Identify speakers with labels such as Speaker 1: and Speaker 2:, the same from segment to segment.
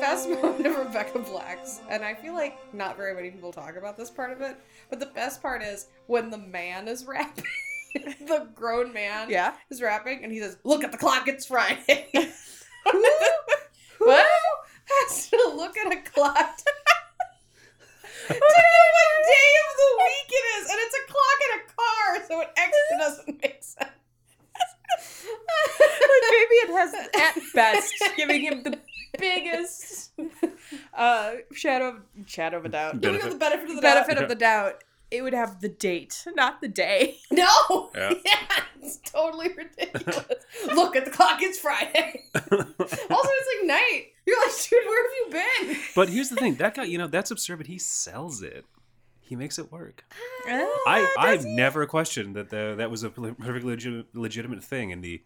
Speaker 1: best moment of Rebecca Black's, and I feel like not very many people talk about this part of it, but the best part is when the man is rapping, the grown man
Speaker 2: Yeah.
Speaker 1: is rapping, and he says, "Look at the clock, it's Friday."
Speaker 2: Who?
Speaker 1: What? Has to look at a clock to to know what day of the week it is, and it's a clock in a car, so it extra doesn't make sense.
Speaker 2: like maybe it has at best giving him the biggest uh shadow of shadow of a doubt
Speaker 1: Giving him the benefit of the doubt.
Speaker 2: benefit of the doubt it would have the date not the day
Speaker 1: No.
Speaker 3: Yeah.
Speaker 1: it's totally ridiculous. Look at the clock. It's Friday. also, it's like night. You're like, dude, where have you been?
Speaker 3: But here's the thing, that guy, you know, that's absurd, but he sells it. He makes it work. I, I've never questioned that the, that was a pl- perfectly legit, legitimate thing in the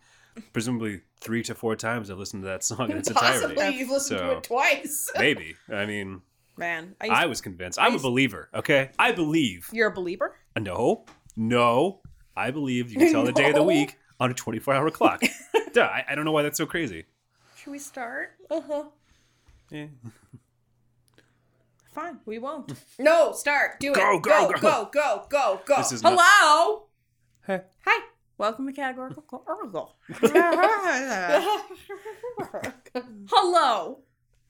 Speaker 3: presumably three to four times I've listened to that song in its
Speaker 1: Possibly
Speaker 3: entirety.
Speaker 1: you've listened to
Speaker 3: So-
Speaker 1: it twice.
Speaker 3: Maybe. I mean,
Speaker 2: man I used-
Speaker 3: I was convinced. I'm a believer, okay? I believe.
Speaker 2: you're a believer
Speaker 3: No, no. I believe you can tell the day of the
Speaker 1: No.
Speaker 3: week on a 24 hour clock. Duh, I, I don't know why that's so crazy.
Speaker 2: should we start
Speaker 1: Uh huh.
Speaker 3: Eh.
Speaker 2: fine we won't
Speaker 1: No, start. Do it.
Speaker 3: Go, go,
Speaker 1: go,
Speaker 3: go.
Speaker 1: go, go, go, go.
Speaker 3: This is not-
Speaker 2: hello
Speaker 3: Hey.
Speaker 2: hi welcome to categorical oracle hello
Speaker 1: Uh,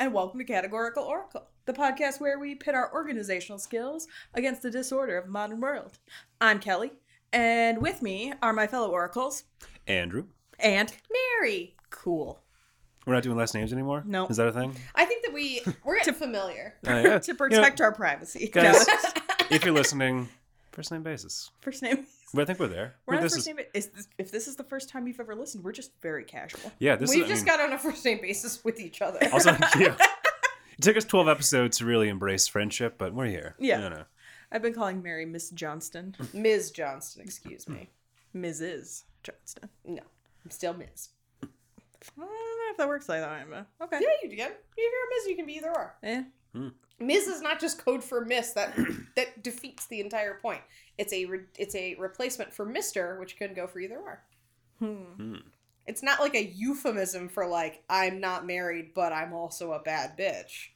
Speaker 2: and welcome to categorical oracle the podcast where we pit our organizational skills against the disorder of the modern world i'm kelly and with me are my fellow oracles
Speaker 3: Andrew,
Speaker 2: and
Speaker 1: Mary.
Speaker 2: cool
Speaker 3: we're not doing last names anymore?
Speaker 2: No.
Speaker 3: Is that a thing?
Speaker 1: I think that we we're getting familiar.
Speaker 3: Uh, yeah.
Speaker 2: to
Speaker 3: You know,
Speaker 2: protect our privacy No,
Speaker 3: guys, if you're listening, first name basis.
Speaker 2: first name
Speaker 3: Well, I think we're there.
Speaker 2: we're
Speaker 3: Well,
Speaker 2: on
Speaker 3: this
Speaker 2: first
Speaker 3: is-
Speaker 2: name is this, if this is the first time you've ever listened we're just very casual
Speaker 3: Yeah, this
Speaker 1: We've
Speaker 3: is. I
Speaker 1: just
Speaker 3: mean,
Speaker 1: got on a first name basis with each other.
Speaker 3: also, yeah. It took us 12 episodes to really embrace friendship, but we're here.
Speaker 2: Yeah.
Speaker 3: No, no.
Speaker 2: i've been calling mary miss johnston
Speaker 1: Ms. Johnston, excuse me.
Speaker 2: mrs johnston
Speaker 1: No, I'm still Ms.
Speaker 2: i don't know if that works like that but okay
Speaker 1: Yeah, you do. If you're a Ms, you can be either or.
Speaker 2: Eh.
Speaker 1: Ms is not just code for miss that that defeats the entire point. It's a re- it's a replacement for Mister, which can go for either or.
Speaker 3: Hmm.
Speaker 1: It's not like a euphemism for like I'm not married, but I'm also a bad bitch.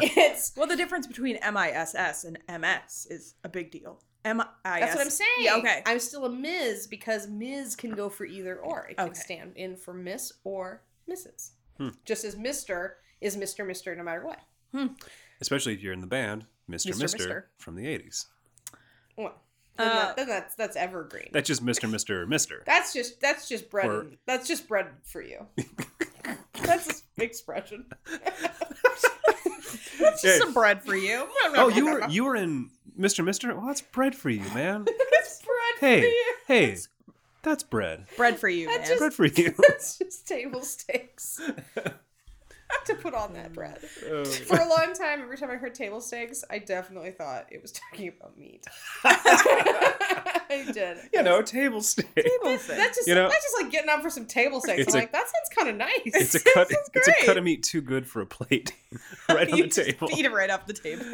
Speaker 1: it's
Speaker 2: Well, the difference between MISS and MS is a big deal. MIS.
Speaker 1: that's what I'm saying.
Speaker 2: Yeah, okay.
Speaker 1: I'm still a Ms because Ms can go for either or. It can
Speaker 2: Okay.
Speaker 1: stand in for Miss or Mrs.
Speaker 3: Hmm.
Speaker 1: Just as Mister is Mister Mister no matter what.
Speaker 3: Especially if you're in the band, Mr.
Speaker 2: Mr.
Speaker 3: Mr.
Speaker 2: Mister.
Speaker 3: from the 80s.
Speaker 1: Well, then,
Speaker 2: Uh,
Speaker 1: that- then that's that's evergreen.
Speaker 3: That's just Mr. Mr. Mr.
Speaker 1: That's just that's just bread.
Speaker 3: Or-
Speaker 1: and- that's just bread for you. that's an expression.
Speaker 2: That's just
Speaker 3: Hey.
Speaker 2: some bread for you.
Speaker 3: Oh, you were you were in Mr. Mr. Well, that's bread for you, man.
Speaker 1: That's bread for
Speaker 3: Hey,
Speaker 1: you.
Speaker 3: hey, that's bread.
Speaker 2: bread for you,
Speaker 1: I
Speaker 2: man.
Speaker 1: just-
Speaker 3: Bread for you.
Speaker 1: That's just table stakes. to put on that bread.
Speaker 3: Oh.
Speaker 1: For a long time, every time I heard table stakes, I definitely thought it was talking about meat. I did.
Speaker 3: you know, table steak.
Speaker 2: Table thing.
Speaker 1: That's just
Speaker 3: You know-
Speaker 1: that's just like getting up for some table stakes.
Speaker 3: It's
Speaker 1: I'm
Speaker 3: a-
Speaker 1: like, that sounds kind of nice.
Speaker 3: It's a cut.
Speaker 2: This is
Speaker 3: It's a
Speaker 2: great.
Speaker 3: cut of meat too good for a plate, right on
Speaker 2: you
Speaker 3: the
Speaker 2: just
Speaker 3: table.
Speaker 2: Feed it right off the table.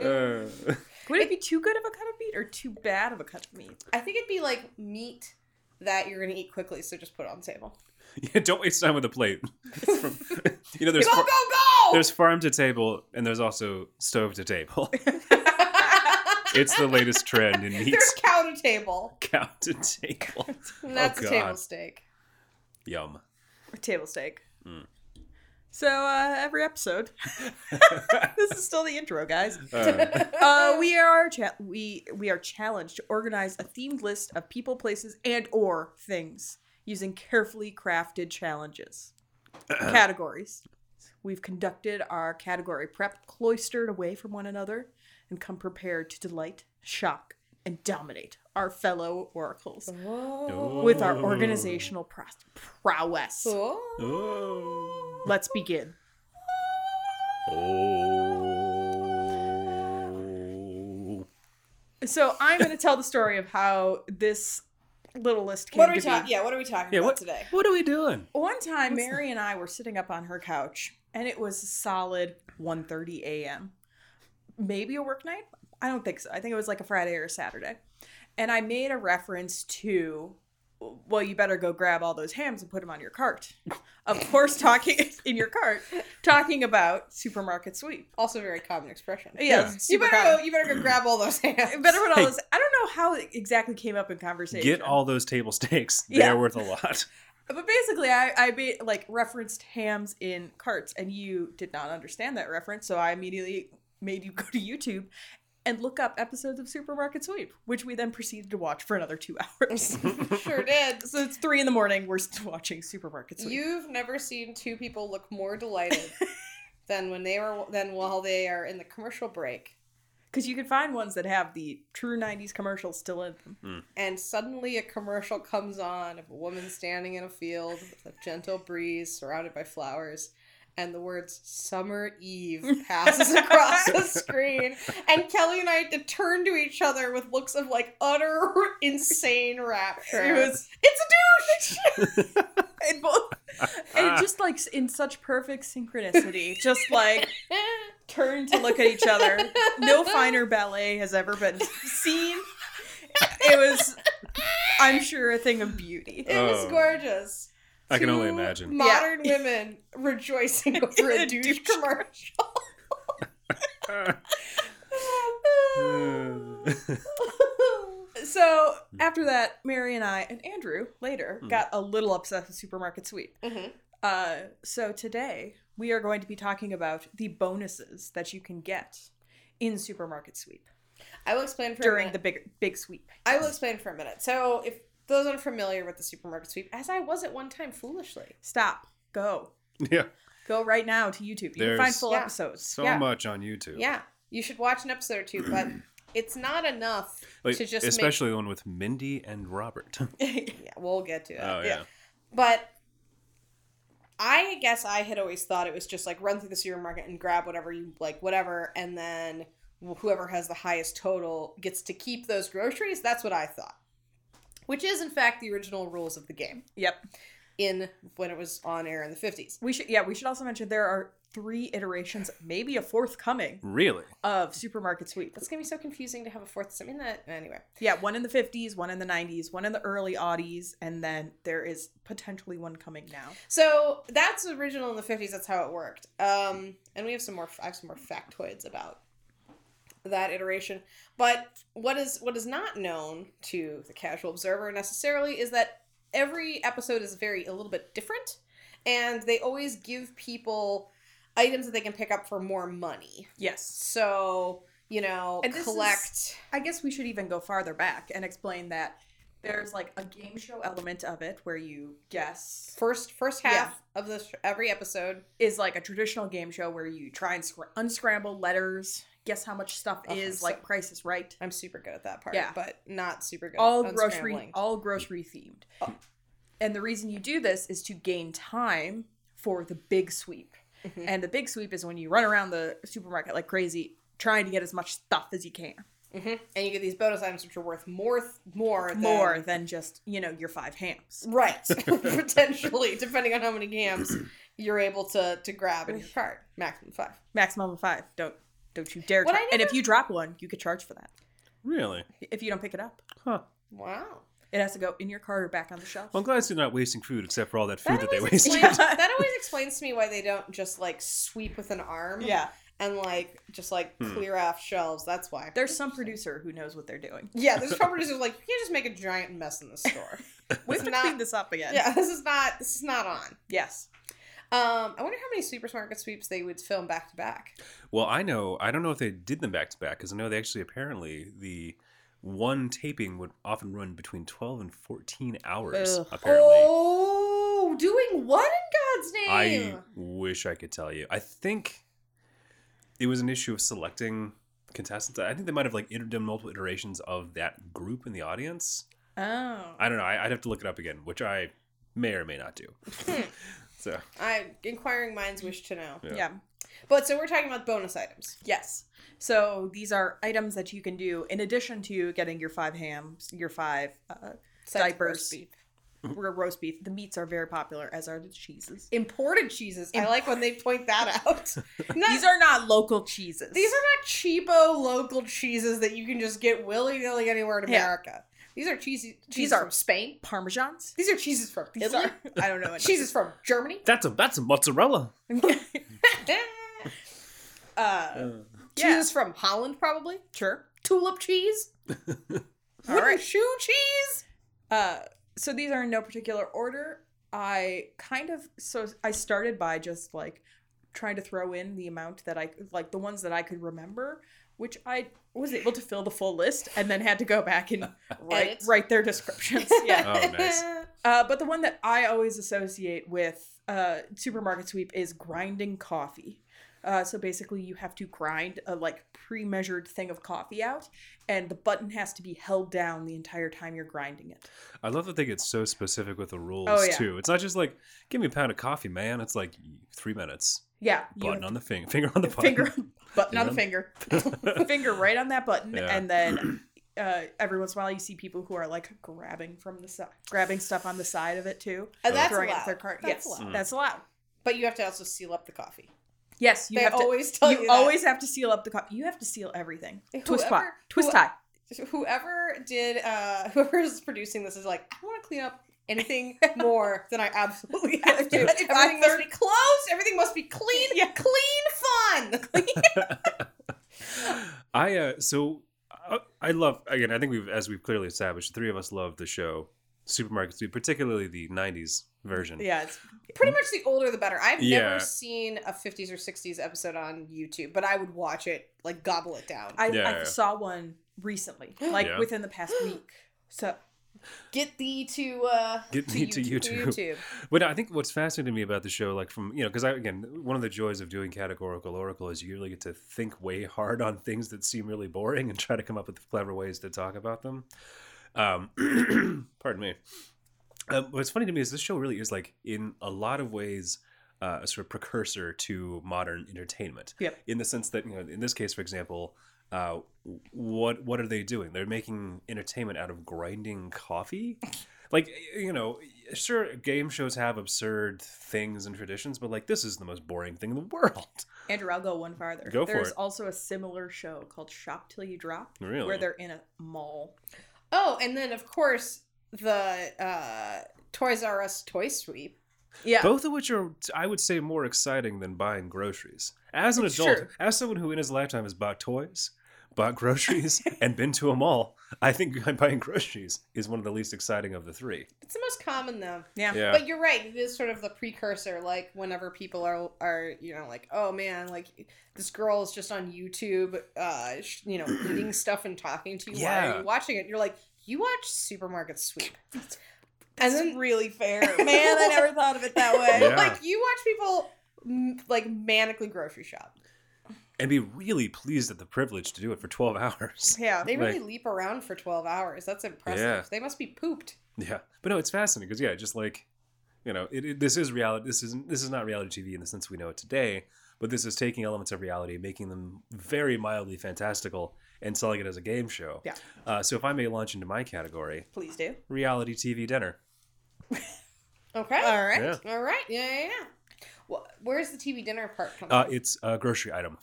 Speaker 3: Uh,
Speaker 2: Would it be too good of a cut of meat or too bad of a cut of meat?
Speaker 1: I think it'd be like meat that you're gonna eat quickly, so just put it on the table.
Speaker 3: yeah, don't waste time with a plate. From- you know, there's
Speaker 1: Go go
Speaker 3: far-
Speaker 1: go!
Speaker 3: there's farm to table, and there's also stove to table. it's the latest trend in
Speaker 1: There's
Speaker 3: meats.
Speaker 1: cow to table.
Speaker 3: Cow to table.
Speaker 1: And that's
Speaker 3: Oh,
Speaker 1: a
Speaker 3: God.
Speaker 1: table steak.
Speaker 3: Yum.
Speaker 2: A table steak.
Speaker 3: Hmm.
Speaker 2: So uh, every episode, this is still the intro, guys.
Speaker 3: Uh,
Speaker 2: Uh, we are cha- we we are challenged to organize a themed list of people, places, and or things using carefully crafted challenges categories. We've conducted our category prep cloistered away from one another and come prepared to delight, shock, and dominate our fellow oracles with our organizational pro- prowess.
Speaker 1: Oh.
Speaker 3: Oh.
Speaker 2: Let's begin.
Speaker 3: Oh.
Speaker 2: So I'm going to tell the story of how this little list came
Speaker 1: What are we
Speaker 2: to be.
Speaker 1: talking? Yeah, what are we talking
Speaker 3: Yeah,
Speaker 1: about
Speaker 3: what
Speaker 1: today?
Speaker 3: What are we doing?
Speaker 2: One time, Mary and I were sitting up on her couch, and it was a solid 1.30 a.m. Maybe a work night? I don't think so. I think it was like a Friday or a Saturday. And I made a reference to well, you better go grab all those hams and put them on your cart. Of course, talking in your cart, talking about supermarket sweep.
Speaker 1: Also, a very common expression.
Speaker 2: Yes,
Speaker 3: Yeah.
Speaker 1: You
Speaker 2: super
Speaker 1: better go, you better go grab all those
Speaker 2: common.
Speaker 1: hands.
Speaker 2: better put all
Speaker 3: Hey.
Speaker 2: this. I don't know how it exactly came up in conversation.
Speaker 3: Get all those table stakes. They're
Speaker 2: Yeah.
Speaker 3: worth a lot.
Speaker 2: But basically, I, I be, like referenced hams in carts, and you did not understand that reference, so I immediately made you go to YouTube and look up episodes of Supermarket Sweep, which we then proceeded to watch for another two hours.
Speaker 1: sure did.
Speaker 2: so it's three in the morning. We're still watching Supermarket Sweep.
Speaker 1: You've never seen two people look more delighted than when they were than while they are in the commercial break,
Speaker 2: Because you can find ones that have the true 90s commercials still in them.
Speaker 1: and suddenly a commercial comes on of a woman standing in a field with a gentle breeze, surrounded by flowers. And the words "Summer Eve" passes across the screen, and Kelly and I had to turn to each other with looks of like utter insane rapture.
Speaker 2: It was,
Speaker 1: it's a douche.
Speaker 2: and both, and just like s- in such perfect synchronicity, just like turned to look at each other. No finer ballet has ever been seen. It was, I'm sure, a thing of beauty.
Speaker 1: It was
Speaker 3: Oh.
Speaker 1: gorgeous.
Speaker 3: I can only
Speaker 1: Two
Speaker 3: imagine.
Speaker 1: Modern women rejoicing over a douche
Speaker 2: Douche.
Speaker 1: commercial.
Speaker 2: So after that, Mary and I and Andrew later
Speaker 3: Hmm.
Speaker 2: got a little upset with Supermarket Sweep.
Speaker 1: Mhm.
Speaker 2: Uh, so today we are going to be talking about the bonuses that you can get in Supermarket Sweep
Speaker 1: I will explain for a
Speaker 2: during the
Speaker 1: minute.
Speaker 2: big big sweep.
Speaker 1: I will explain for a minute. So if those unfamiliar with the supermarket sweep, as I was at one time foolishly,
Speaker 2: Stop. Go.
Speaker 3: yeah,
Speaker 2: Go right now to YouTube. You can find
Speaker 3: There's-
Speaker 2: full
Speaker 1: Yeah.
Speaker 2: episodes.
Speaker 3: so
Speaker 1: Yeah.
Speaker 3: much on YouTube.
Speaker 1: yeah, you should watch an episode or two, but it's not enough
Speaker 3: Like,
Speaker 1: to just
Speaker 3: especially the one with Mindy and Robert. oh
Speaker 1: make. Yeah, we'll get to it.
Speaker 3: yeah.
Speaker 1: But I guess I had always thought it was just like run through the supermarket and grab whatever you like, whatever, and then whoever has the highest total gets to keep those groceries. That's what I thought, which is in fact the original rules of the game
Speaker 2: Yep.
Speaker 1: in when it was on air in the fifties.
Speaker 2: We should yeah, we should also mention there are three iterations, maybe a fourth coming
Speaker 3: Really?
Speaker 2: of Supermarket Sweep.
Speaker 1: That's gonna be so confusing to have a fourth. I mean that anyway.
Speaker 2: Yeah, one in the 50s, one in the 90s, one in the early oddies, and then there is potentially one coming now.
Speaker 1: So that's original in the fifties. That's how it worked. Um, and we have some more. I have some more factoids about that iteration. But what is what is not known to the casual observer necessarily is that every episode is very a little bit different, and they always give people items that they can pick up for more money.
Speaker 2: Yes.
Speaker 1: So you know,
Speaker 2: And this is-
Speaker 1: collect.
Speaker 2: I guess we should even go farther back and explain that there's like a game show element of it where you guess
Speaker 1: First, first half of this every episode,
Speaker 2: is like a traditional game show where you try and scr- unscramble letters, guess how much stuff
Speaker 1: Oh,
Speaker 2: is,
Speaker 1: so-
Speaker 2: like Price is Right.
Speaker 1: I'm super good at that part,
Speaker 2: Yeah.
Speaker 1: but not super good.
Speaker 2: all
Speaker 1: at
Speaker 2: grocery
Speaker 1: unscrambling.
Speaker 2: all grocery themed
Speaker 1: Oh.
Speaker 2: and the reason you do this is to gain time for the big sweep
Speaker 1: Mhm.
Speaker 2: and the big sweep is when you run around the supermarket like crazy trying to get as much stuff as you can
Speaker 1: hmm And you get these bonus items which are worth more, th- more, than,
Speaker 2: more than just you know your five hams
Speaker 1: right? Potentially, depending on how many gams you're able to to grab in your cart, maximum five.
Speaker 2: maximum of five don't don't you dare
Speaker 1: What
Speaker 2: try-
Speaker 1: I
Speaker 2: and if you drop one you could charge for that
Speaker 3: Really?
Speaker 2: if you don't pick it up
Speaker 3: Huh.
Speaker 1: Wow,
Speaker 2: it has to go in your cart or back on the shelf
Speaker 3: Well, I'm glad they're not wasting food, except for all that food
Speaker 1: that
Speaker 3: that, they
Speaker 1: always,
Speaker 3: waste.
Speaker 1: explains, that always explains to me why they don't just like sweep with an arm,
Speaker 2: yeah
Speaker 1: and like just like
Speaker 3: Hmm.
Speaker 1: clear off shelves. That's why.
Speaker 2: there's some producer who knows what they're doing
Speaker 1: yeah, there's companies who's like you can't just make a giant mess in the store.
Speaker 2: we have to
Speaker 1: not-
Speaker 2: clean this up again
Speaker 1: yeah, this is not this is not on.
Speaker 2: yes
Speaker 1: Um, I wonder how many supermarket sweeps they would film back to back.
Speaker 3: Well, I know. I don't know if they did them back to back because I know they actually apparently the one taping would often run between 12 and 14 hours.
Speaker 2: Ugh.
Speaker 3: Apparently,
Speaker 1: Oh, doing what in God's name?
Speaker 3: I wish I could tell you. I think it was an issue of selecting contestants. I think they might have like iter- done multiple iterations of that group in the audience.
Speaker 2: oh
Speaker 3: I don't know. I, I'd have to look it up again, which I may or may not do. so
Speaker 1: Hmm. I inquiring minds wish to know.
Speaker 3: Yeah.
Speaker 2: yeah
Speaker 1: But so we're talking about bonus items.
Speaker 2: Yes. So these are items that you can do in addition to getting your five hams, your five uh,
Speaker 1: Besides
Speaker 2: Diapers.
Speaker 1: roast beef.
Speaker 2: ro- roast beef. The meats are very popular, as are the cheeses.
Speaker 1: Imported cheeses. I like when they point that out. Not-
Speaker 2: These are not local cheeses.
Speaker 1: these are not cheapo local cheeses that you can just get willy nilly anywhere in
Speaker 2: Yeah.
Speaker 1: America. These are cheesy. Cheese
Speaker 2: are-
Speaker 1: from Spain.
Speaker 2: Parmesans?
Speaker 1: These are cheeses from
Speaker 2: These
Speaker 1: Italy.
Speaker 2: are- I don't know. any.
Speaker 1: Cheeses from Germany.
Speaker 3: That's a that's a mozzarella.
Speaker 2: uh, yeah.
Speaker 1: Cheeses from Holland, probably.
Speaker 2: Sure.
Speaker 1: Tulip cheese. All right. Shoe cheese.
Speaker 2: Uh, so these are in no particular order. I kind of so I started by just like trying to throw in the amount that I like the ones that I could remember, which I was able to fill the full list and then had to go back and write,
Speaker 1: Edit.
Speaker 2: write their descriptions. Yeah.
Speaker 3: Oh, nice.
Speaker 2: Uh, but the one that I always associate with uh, supermarket sweep is grinding coffee. Uh, so basically, you have to grind a like pre-measured thing of coffee out, and the button has to be held down the entire time you're grinding it.
Speaker 3: I love that they get so specific with the rules
Speaker 2: Oh, yeah.
Speaker 3: too. It's not just like give me a pound of coffee, man. It's like three minutes.
Speaker 2: Yeah, you
Speaker 3: Button on the finger, finger on the button.
Speaker 2: finger button on the
Speaker 3: Yeah.
Speaker 2: finger finger right on that button
Speaker 3: Yeah.
Speaker 2: and then uh, every once in a while you see people who are like grabbing from the side grabbing stuff on the side of it too
Speaker 1: And that's
Speaker 2: throwing it
Speaker 1: allowed.
Speaker 2: at their cart
Speaker 1: That's
Speaker 2: yes
Speaker 1: allowed.
Speaker 2: that's allowed
Speaker 1: But you have to also seal up the coffee.
Speaker 2: yes you
Speaker 1: they
Speaker 2: have to
Speaker 1: always tell you.
Speaker 2: you
Speaker 1: that.
Speaker 2: always have to seal up the cup. You have to seal everything. twist pot,
Speaker 1: Whoever-
Speaker 2: twist
Speaker 1: who-
Speaker 2: tie.
Speaker 1: Whoever did, uh, whoever's producing this is like, I want to clean up anything more than I absolutely have to.
Speaker 2: If
Speaker 1: Everything
Speaker 2: I
Speaker 1: must
Speaker 2: third-
Speaker 1: be closed. Everything must be clean.
Speaker 2: Yeah.
Speaker 1: Clean fun.
Speaker 3: I uh, so I, I love again. I think we've as we've clearly established, the three of us love the show Supermarket Sweep, particularly the '90s version.
Speaker 2: Yeah, it's,
Speaker 1: Pretty much the older the better. I've
Speaker 3: Yeah.
Speaker 1: never seen a 50s or 60s episode on YouTube, but I would watch it, like gobble it down.
Speaker 2: I,
Speaker 3: Yeah,
Speaker 2: I
Speaker 3: yeah.
Speaker 2: saw one recently, like
Speaker 3: Yeah.
Speaker 2: within the past week. So
Speaker 1: Get thee to uh
Speaker 3: Get thee to YouTube. But I think what's fascinating to me about the show, like from you know, because I again one of the joys of doing categorical oracle is you really get to think way hard on things that seem really boring and try to come up with clever ways to talk about them. Um, pardon me. Um, what's funny to me is this show really is like in a lot of ways uh, a sort of precursor to modern entertainment.
Speaker 2: Yep.
Speaker 3: In the sense that you know, in this case, for example. Uh, what what are they doing? They're making entertainment out of grinding coffee like you know sure game shows have absurd things and traditions but like this is the most boring thing in the world
Speaker 2: Andrew, I'll go one farther.
Speaker 3: Go for
Speaker 2: There's
Speaker 3: it.
Speaker 2: also a similar show called Shop Till You Drop,
Speaker 3: really
Speaker 2: where they're in a mall.
Speaker 1: Oh, and then of course the uh Toys R Us toy sweep.
Speaker 2: Yeah,
Speaker 3: both of which are i would say more exciting than buying groceries as an
Speaker 1: It's
Speaker 3: adult
Speaker 1: true.
Speaker 3: as someone who in his lifetime has bought toys bought groceries and been to a mall i think buying groceries is one of the least exciting of the three
Speaker 1: It's the most common though.
Speaker 2: yeah.
Speaker 3: yeah
Speaker 1: But you're right, it is sort of the precursor like whenever people are are you know like, "Oh man, like this girl is just on YouTube uh sh- you know, eating stuff and talking to you while
Speaker 3: Yeah.
Speaker 1: you're watching it." You're like, "You watch Supermarket Sweep."
Speaker 2: That's
Speaker 1: And then-
Speaker 2: really fair. Man, I never thought of it that way.
Speaker 3: Yeah.
Speaker 1: like you watch people mm, like manically grocery shop.
Speaker 3: and be really pleased at the privilege to do it for 12 hours
Speaker 2: Yeah.
Speaker 1: They really
Speaker 3: Like-
Speaker 1: leap around for 12 hours. That's impressive.
Speaker 3: Yeah.
Speaker 1: They must be pooped.
Speaker 3: Yeah, but no, it's fascinating because yeah, just like you know, it, it- this is reality. This isn't this is not reality TV in the sense we know it today. But this is taking elements of reality, making them very mildly fantastical, and selling it as a game show.
Speaker 2: Yeah.
Speaker 3: Uh, so if I may launch into my category,
Speaker 2: Please do.
Speaker 3: reality TV dinner.
Speaker 1: Okay.
Speaker 2: All right.
Speaker 3: Yeah.
Speaker 1: All right. Yeah, yeah, yeah. Well, where's the TV dinner part come
Speaker 3: Uh,
Speaker 1: from?
Speaker 3: it's a grocery item.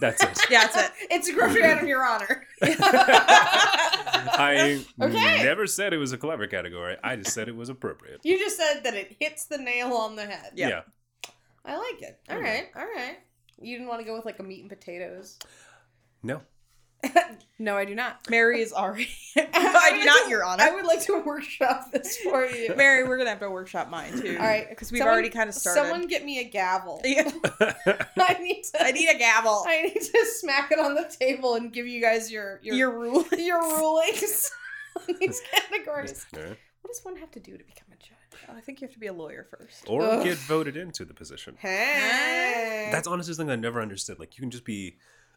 Speaker 3: That's it.
Speaker 2: Yeah, that's it.
Speaker 1: it's a grocery item, Your Honor.
Speaker 3: I
Speaker 1: Okay.
Speaker 3: never said it was a clever category. I just said it was appropriate.
Speaker 1: you just said that it hits the nail on the head.
Speaker 2: Yeah.
Speaker 1: I like it.
Speaker 3: Mm-hmm.
Speaker 1: All right. All right. You didn't want to go with like a meat and potatoes.
Speaker 3: No.
Speaker 1: No, I do not.
Speaker 2: Mary is already. I do not, Your
Speaker 1: I
Speaker 2: Honor.
Speaker 1: would like to workshop this for you.
Speaker 2: Mary, we're gonna have to workshop mine too.
Speaker 1: All right.
Speaker 2: because we've
Speaker 1: Someone-
Speaker 2: already kind of started.
Speaker 1: Someone get me a gavel.
Speaker 2: Yeah.
Speaker 1: I need to
Speaker 2: I need a gavel.
Speaker 1: I need to smack it on the table and give you guys your your your,
Speaker 2: Your rule.
Speaker 1: rulings on these categories.
Speaker 3: Yeah.
Speaker 1: What does one have to do to become a judge?
Speaker 2: I think you have to be a lawyer first.
Speaker 3: Or
Speaker 1: Ugh.
Speaker 3: get voted into the position.
Speaker 1: Hey,
Speaker 3: That's honestly something I never understood. Like you can just be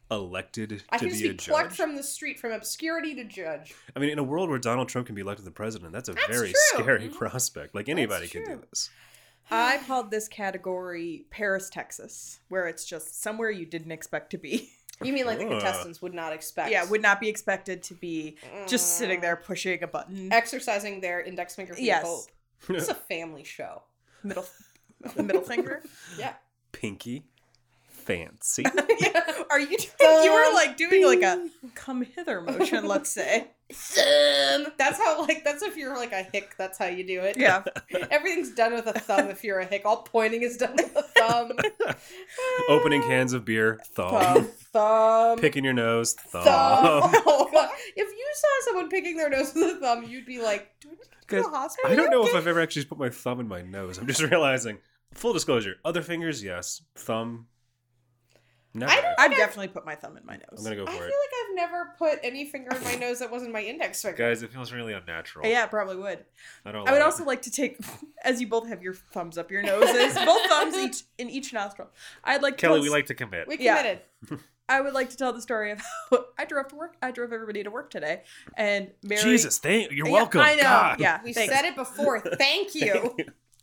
Speaker 3: elected
Speaker 1: I
Speaker 3: to
Speaker 1: can just
Speaker 3: be a
Speaker 1: be plucked
Speaker 3: judge.
Speaker 1: from the street, from obscurity to judge.
Speaker 3: I mean, in a world where Donald Trump can be elected the president, that's a very
Speaker 1: true. Mm-hmm.
Speaker 3: scary prospect. Like anybody can do
Speaker 1: true.
Speaker 3: this.
Speaker 2: I called this category Paris, Texas, where it's just somewhere you didn't expect to be.
Speaker 1: You mean like the
Speaker 3: Ugh.
Speaker 1: contestants would not expect?
Speaker 2: Yeah, would not be expected to be just
Speaker 1: Mm.
Speaker 2: sitting there pushing a button.
Speaker 1: exercising their index finger. for
Speaker 2: Yes.
Speaker 1: hope. It's a family show.
Speaker 2: Middle, middle finger.
Speaker 1: Yeah.
Speaker 3: Pinky, fancy.
Speaker 2: Are you? Doing, you were
Speaker 1: Um,
Speaker 2: like doing like a come hither motion. Let's say.
Speaker 1: thumb. That's how like that's if you're like a hick. That's how you do it.
Speaker 2: Yeah.
Speaker 1: Everything's done with a thumb. If you're a hick, all pointing is done with a thumb.
Speaker 3: Opening cans of beer,
Speaker 1: thumb,
Speaker 3: thumb.
Speaker 1: thumb,
Speaker 3: Picking your nose,
Speaker 1: thumb.
Speaker 3: thumb.
Speaker 1: Oh, God. if you saw someone picking their nose with a thumb, you'd be like, "Do I need to go to the
Speaker 3: Guys,
Speaker 1: hospital?"
Speaker 3: I don't know if I've ever actually put my thumb in my nose. I'm just realizing. Full disclosure: other fingers, yes. Thumb. No.
Speaker 1: I don't-
Speaker 2: I've definitely put my thumb in my
Speaker 3: I'm
Speaker 2: nose.
Speaker 3: gonna go
Speaker 1: I
Speaker 3: for
Speaker 1: feel
Speaker 3: it,
Speaker 1: like I've never put any finger in my nose that wasn't my index finger.
Speaker 3: guys. It feels really unnatural.
Speaker 2: Yeah, probably would.
Speaker 3: I don't.
Speaker 2: I would
Speaker 3: like
Speaker 2: also like to take, as you both have your thumbs up your noses, both thumbs each in each nostril. I'd like
Speaker 3: it.
Speaker 2: to
Speaker 3: Kelly.
Speaker 2: tell-
Speaker 3: We like to commit.
Speaker 1: We
Speaker 2: Yeah.
Speaker 1: committed.
Speaker 2: I would like to tell the story of how I drove to work. I drove everybody to work today, and Mary.
Speaker 3: Jesus, thank you're
Speaker 2: Yeah,
Speaker 3: welcome.
Speaker 2: I know.
Speaker 3: God.
Speaker 2: Yeah,
Speaker 1: We
Speaker 2: thanks.
Speaker 1: said it before. Thank you.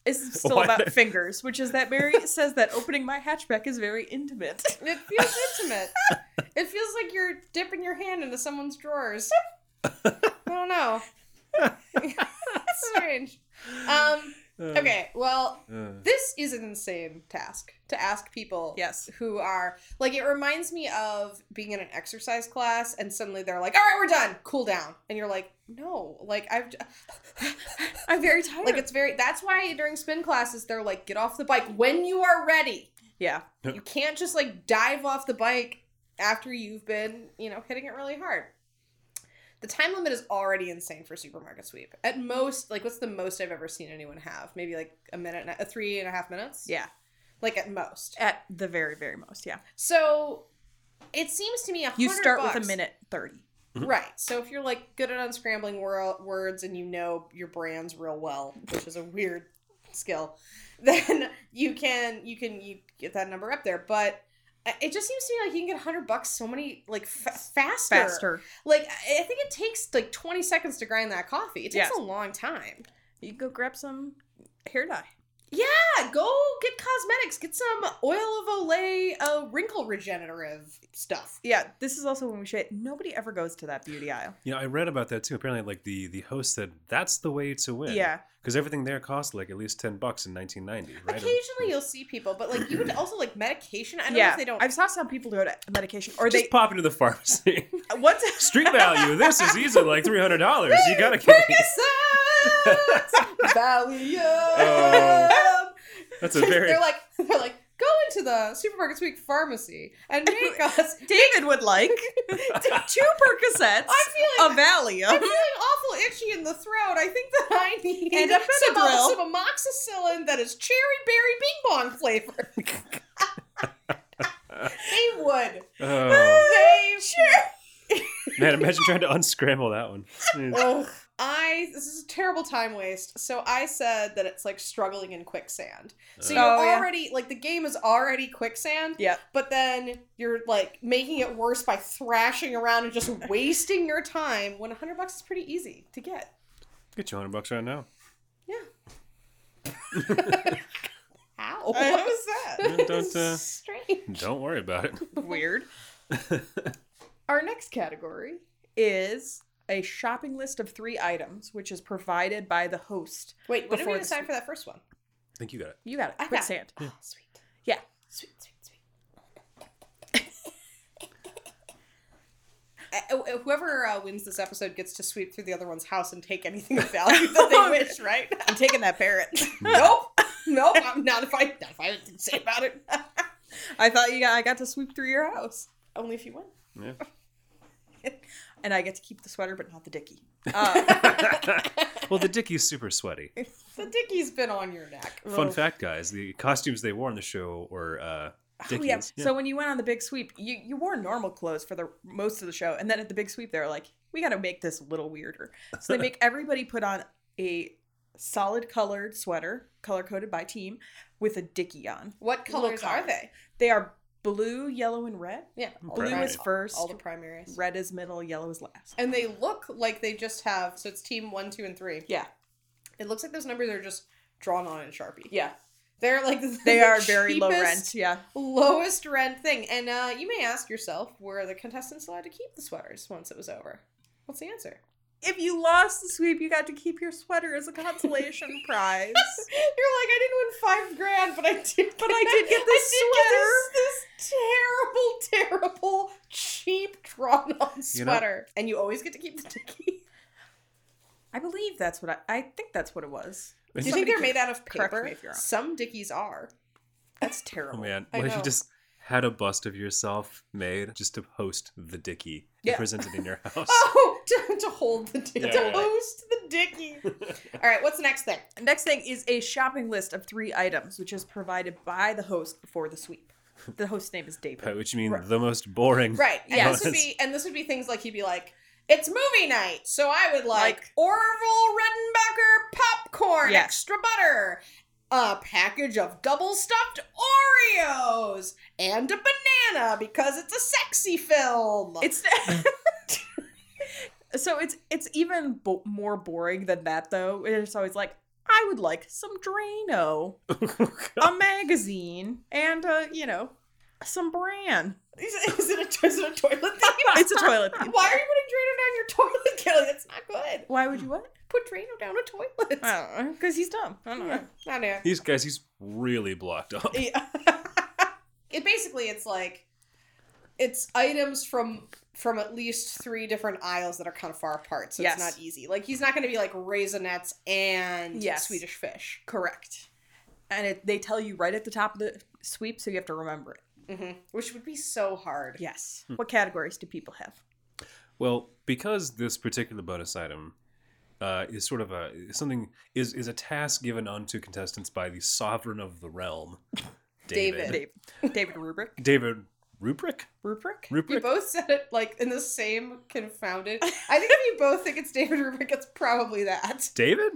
Speaker 2: It's still
Speaker 3: Why
Speaker 2: about
Speaker 3: did-
Speaker 2: fingers, which is that Mary says that opening my hatchback is very intimate.
Speaker 1: It feels intimate. It feels like you're dipping your hand into someone's drawers. I don't know. it's strange. Um,
Speaker 3: Uh,
Speaker 1: okay, well,
Speaker 3: uh,
Speaker 1: this is an insane task to ask people
Speaker 2: Yes.
Speaker 1: who are like it reminds me of being in an exercise class and suddenly they're like, "All right, we're done. Cool down." And you're like, "No, like I've
Speaker 2: I'm very tired.
Speaker 1: like it's very that's why during spin classes they're like, "Get off the bike when you are ready."
Speaker 2: yeah.
Speaker 1: You can't just like dive off the bike after you've been, you know, hitting it really hard. The time limit is already insane for supermarket sweep. At most, like, what's the most I've ever seen anyone have? Maybe like a minute, and a, three and a half minutes?
Speaker 2: Yeah.
Speaker 1: Like at most.
Speaker 2: At the very, very most. Yeah.
Speaker 1: So it seems to me a
Speaker 2: You
Speaker 1: hundred
Speaker 2: start with
Speaker 1: bucks-
Speaker 2: a minute 30.
Speaker 1: Right. So if you're like good at unscrambling wor- words and you know your brands real well, which is a weird skill, then you can you can you get that number up there. But I- it just seems to me like you can get hundred bucks so many like fa- faster.
Speaker 2: Faster.
Speaker 1: Like I I think it takes like twenty seconds to grind that coffee. It takes
Speaker 2: Yes.
Speaker 1: a long time.
Speaker 2: You can go grab some hair dye.
Speaker 1: Yeah, go get cosmetics. Get some oil of Olay uh, wrinkle regenerative stuff.
Speaker 2: Yeah. This is also when we say nobody ever goes to that beauty aisle.
Speaker 3: you know, I read about that too. Apparently, like the the host said, that's the way to win.
Speaker 2: Yeah.
Speaker 3: because everything there cost like at least ten bucks in 1990. Right?
Speaker 1: Occasionally you'll see people, but like you would also like medication. I don't know
Speaker 2: yeah.
Speaker 1: if they don't.
Speaker 2: I saw some people go to medication or
Speaker 3: just
Speaker 2: they.
Speaker 3: pop into the pharmacy.
Speaker 2: What's.
Speaker 3: Street value. This is easily like three hundred dollars. You gotta get.
Speaker 1: Valium. Um,
Speaker 3: Oh. That's a very
Speaker 1: They're like they're like go into the supermarket week pharmacy and make us.
Speaker 2: David would like two Percocets,
Speaker 1: I'm
Speaker 2: a Valium.
Speaker 1: I'm feeling awful itchy in the throat. I think that I need
Speaker 2: And a
Speaker 1: some,
Speaker 2: Benadryl.
Speaker 1: some amoxicillin that is cherry berry bing bong flavor. they would.
Speaker 3: Oh,
Speaker 1: They
Speaker 3: man, imagine trying to unscramble that one. Jeez.
Speaker 1: Ugh. I this is a terrible time waste. So I said that it's like struggling in quicksand. So you're
Speaker 2: Oh, yeah.
Speaker 1: already like the game is already quicksand,
Speaker 2: Yeah.
Speaker 1: but then you're like making it worse by thrashing around and just wasting your time when 100 bucks is pretty easy to get.
Speaker 3: Get you hundred bucks right now.
Speaker 1: How?
Speaker 2: I
Speaker 1: What
Speaker 2: know.
Speaker 1: was that?
Speaker 3: Yeah, don't, uh,
Speaker 1: Strange.
Speaker 3: Don't worry about it.
Speaker 2: Weird. Our next category is a shopping list of three items, which is provided by the host.
Speaker 1: Wait, what did
Speaker 2: Before
Speaker 1: we
Speaker 2: the
Speaker 1: decide
Speaker 2: sweep.
Speaker 1: for that first one?
Speaker 3: Think you got it.
Speaker 2: You got
Speaker 1: I
Speaker 2: it.
Speaker 1: got
Speaker 2: Quicksand.
Speaker 1: Oh, sweet.
Speaker 2: Yeah.
Speaker 1: Sweet, sweet, sweet. Uh, uh, Whoever uh, wins this episode gets to sweep through the other one's house and take anything of value that they wish, right?
Speaker 2: I'm taking that parrot.
Speaker 1: nope, nope. I'm not if I not if I didn't say about it.
Speaker 2: I thought you got, I got to sweep through your house,
Speaker 1: Only if you win.
Speaker 3: Yeah.
Speaker 2: and I get to keep the sweater, but not the dicky. Uh,
Speaker 3: well, the Dickie's super sweaty.
Speaker 1: The dickie's been on your neck.
Speaker 3: Fun fact, guys: the costumes they wore on the show were uh,
Speaker 2: oh,
Speaker 3: Dickies.
Speaker 2: yeah. So when you went on the big sweep, you, you wore normal clothes for the most of the show, and then at the big sweep, they were like, "We got to make this a little weirder." So they make everybody put on a solid colored sweater, color coded by team, with a dicky on.
Speaker 1: What
Speaker 2: Little
Speaker 1: colors are
Speaker 2: color.
Speaker 1: they?
Speaker 2: They are blue, yellow, and red.
Speaker 1: Yeah, all the
Speaker 2: Blue
Speaker 1: prim-
Speaker 2: is first,
Speaker 1: All the primaries.
Speaker 2: red is middle, yellow is last.
Speaker 1: And they look like they just have. So it's team one, two, and three.
Speaker 2: Yeah,
Speaker 1: It looks like those numbers are just drawn on in Sharpie.
Speaker 2: yeah.
Speaker 1: They're like
Speaker 2: They
Speaker 1: the
Speaker 2: are very low
Speaker 1: cheapest,
Speaker 2: rent. Yeah.
Speaker 1: lowest rent thing. And uh, you may ask yourself, were the contestants allowed to keep the sweaters once it was over? What's the answer?
Speaker 2: If you lost the sweep, you got to keep your sweater as a consolation prize.
Speaker 1: You're like, I didn't win five grand, but I did. But
Speaker 2: I did get this
Speaker 1: this, this terrible, terrible, cheap drawn-on sweater, and you always get to keep the dicky.
Speaker 2: I believe that's what I. I think that's what it was.
Speaker 1: Do you think
Speaker 2: Somebody
Speaker 1: they're made out of
Speaker 2: correct me
Speaker 1: paper?
Speaker 2: if you're wrong.
Speaker 1: Some dickies are.
Speaker 2: That's
Speaker 3: Oh
Speaker 2: terrible.
Speaker 3: man,
Speaker 1: I
Speaker 3: what if you
Speaker 1: know.
Speaker 3: just had a bust of yourself made just to host the dicky and
Speaker 2: Yeah.
Speaker 3: present it in your house?
Speaker 1: Oh, to, to hold the dick,
Speaker 3: Yeah,
Speaker 1: to
Speaker 3: yeah.
Speaker 1: host the dickie. All right, what's the next thing?
Speaker 2: Next thing is a shopping list of three items, which is provided by the host before the sweep. The host's name is
Speaker 3: By
Speaker 2: David.
Speaker 3: which you mean
Speaker 2: Right.
Speaker 3: the most boring.
Speaker 1: Right. And
Speaker 2: Yeah.
Speaker 1: this would be and this would be things like he'd be like, It's movie night, so I would like,
Speaker 2: Like-
Speaker 1: Orville Redenbacher popcorn,
Speaker 2: Yeah.
Speaker 1: extra butter, a package of double stuffed Oreos, and a banana because it's a sexy film.
Speaker 2: It's so it's it's even bo- more boring than that though. It's always like I would like some Drano, a magazine, and uh, you know, some bran.
Speaker 1: is, it- is it a is it a toilet thing?
Speaker 2: It's a toilet. paper.
Speaker 1: Why are you putting Drano down your toilet, Kelly? That's not good.
Speaker 2: Why would you what?
Speaker 1: Put Drano down a toilet.
Speaker 2: I don't know. Because he's dumb. I don't know.
Speaker 1: I know.
Speaker 3: These guys, he's really blocked up.
Speaker 1: Yeah. it basically it's like it's items from from at least three different aisles that are kind of far apart, so
Speaker 2: Yes.
Speaker 1: it's not easy. Like he's not going to be like raisinettes and
Speaker 2: Yes.
Speaker 1: Swedish fish.
Speaker 2: Correct. And it, they tell you right at the top of the sweep, so you have to remember it.
Speaker 1: hmm Which would be so hard.
Speaker 2: Yes. What categories do people have?
Speaker 3: Well, because this particular bonus item uh, is sort of a something is is a task given unto contestants by the sovereign of the realm,
Speaker 1: David.
Speaker 3: David,
Speaker 2: David, David Rubric.
Speaker 3: David Rubric.
Speaker 2: Rubric.
Speaker 1: You
Speaker 3: Rubric.
Speaker 1: both said it like in the same confounded. I think if you both think it's David Rubik, it's probably that.
Speaker 3: David.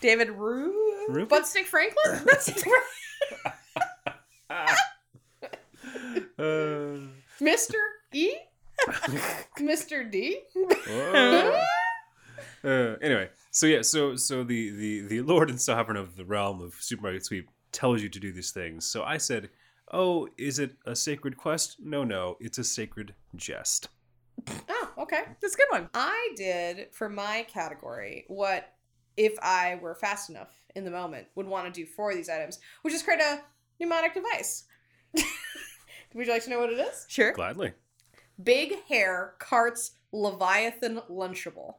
Speaker 2: David Ru.
Speaker 3: Rubric.
Speaker 1: But Stick Franklin?
Speaker 3: Ah. Uh,
Speaker 1: Mr. E? Mr. D?
Speaker 3: Whoa. Uh, anyway, so yeah, so so the the the Lord and Sovereign of the realm of Supermarket Sweep tells you to do these things. So I said, "Oh, is it a sacred quest? No, no, it's a sacred jest."
Speaker 1: Oh, okay.
Speaker 2: That's a good one.
Speaker 1: I did for my category what if I were fast enough in the moment would want to do for these items, which is create a mnemonic device. Would you like to know what it is?
Speaker 2: Sure.
Speaker 3: Gladly.
Speaker 1: Big Hair Carts Leviathan Lunchable.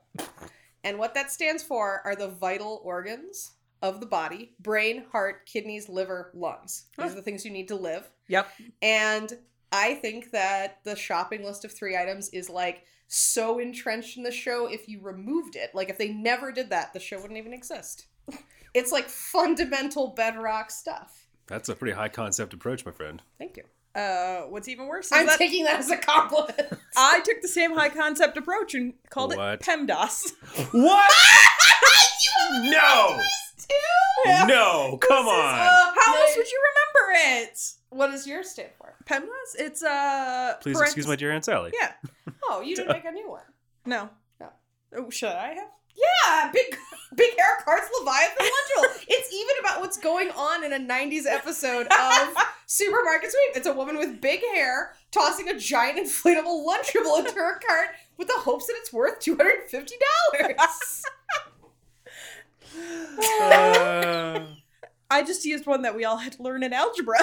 Speaker 1: And what that stands for are the vital organs of the body brain, heart, kidneys, liver, lungs. Those are the things you need to live.
Speaker 2: Yep.
Speaker 1: And I think that the shopping list of three items is like so entrenched in the show. If you removed it, like if they never did that, the show wouldn't even exist. It's like fundamental bedrock stuff.
Speaker 3: That's a pretty high concept approach, my friend.
Speaker 1: Thank you.
Speaker 2: Uh, what's even worse is
Speaker 1: I'm
Speaker 2: that
Speaker 1: taking that as a compliment.
Speaker 2: I took the same high concept approach and called
Speaker 3: What?
Speaker 2: it PEMDAS.
Speaker 3: What? no, no, come on.
Speaker 1: Uh,
Speaker 2: How
Speaker 1: how
Speaker 2: else
Speaker 1: much
Speaker 2: would you remember it?
Speaker 1: What does yours stand for?
Speaker 2: PEMDAS? It's uh.
Speaker 3: Please
Speaker 2: parent-
Speaker 3: excuse my dear Aunt Sally.
Speaker 2: Yeah.
Speaker 1: Oh, you didn't make a new one.
Speaker 2: No.
Speaker 1: No.
Speaker 2: Oh, should I have?
Speaker 1: Yeah, Ah, big big hair cards Leviathan Lunchable. it's even about what's going on in a '90s episode
Speaker 2: Um,
Speaker 1: of Supermarket Sweep. It's a woman with big hair tossing a giant inflatable Lunchable into her cart with the hopes that it's worth two hundred and fifty dollars.
Speaker 3: Uh,
Speaker 2: I just used one that we all had to learn in algebra.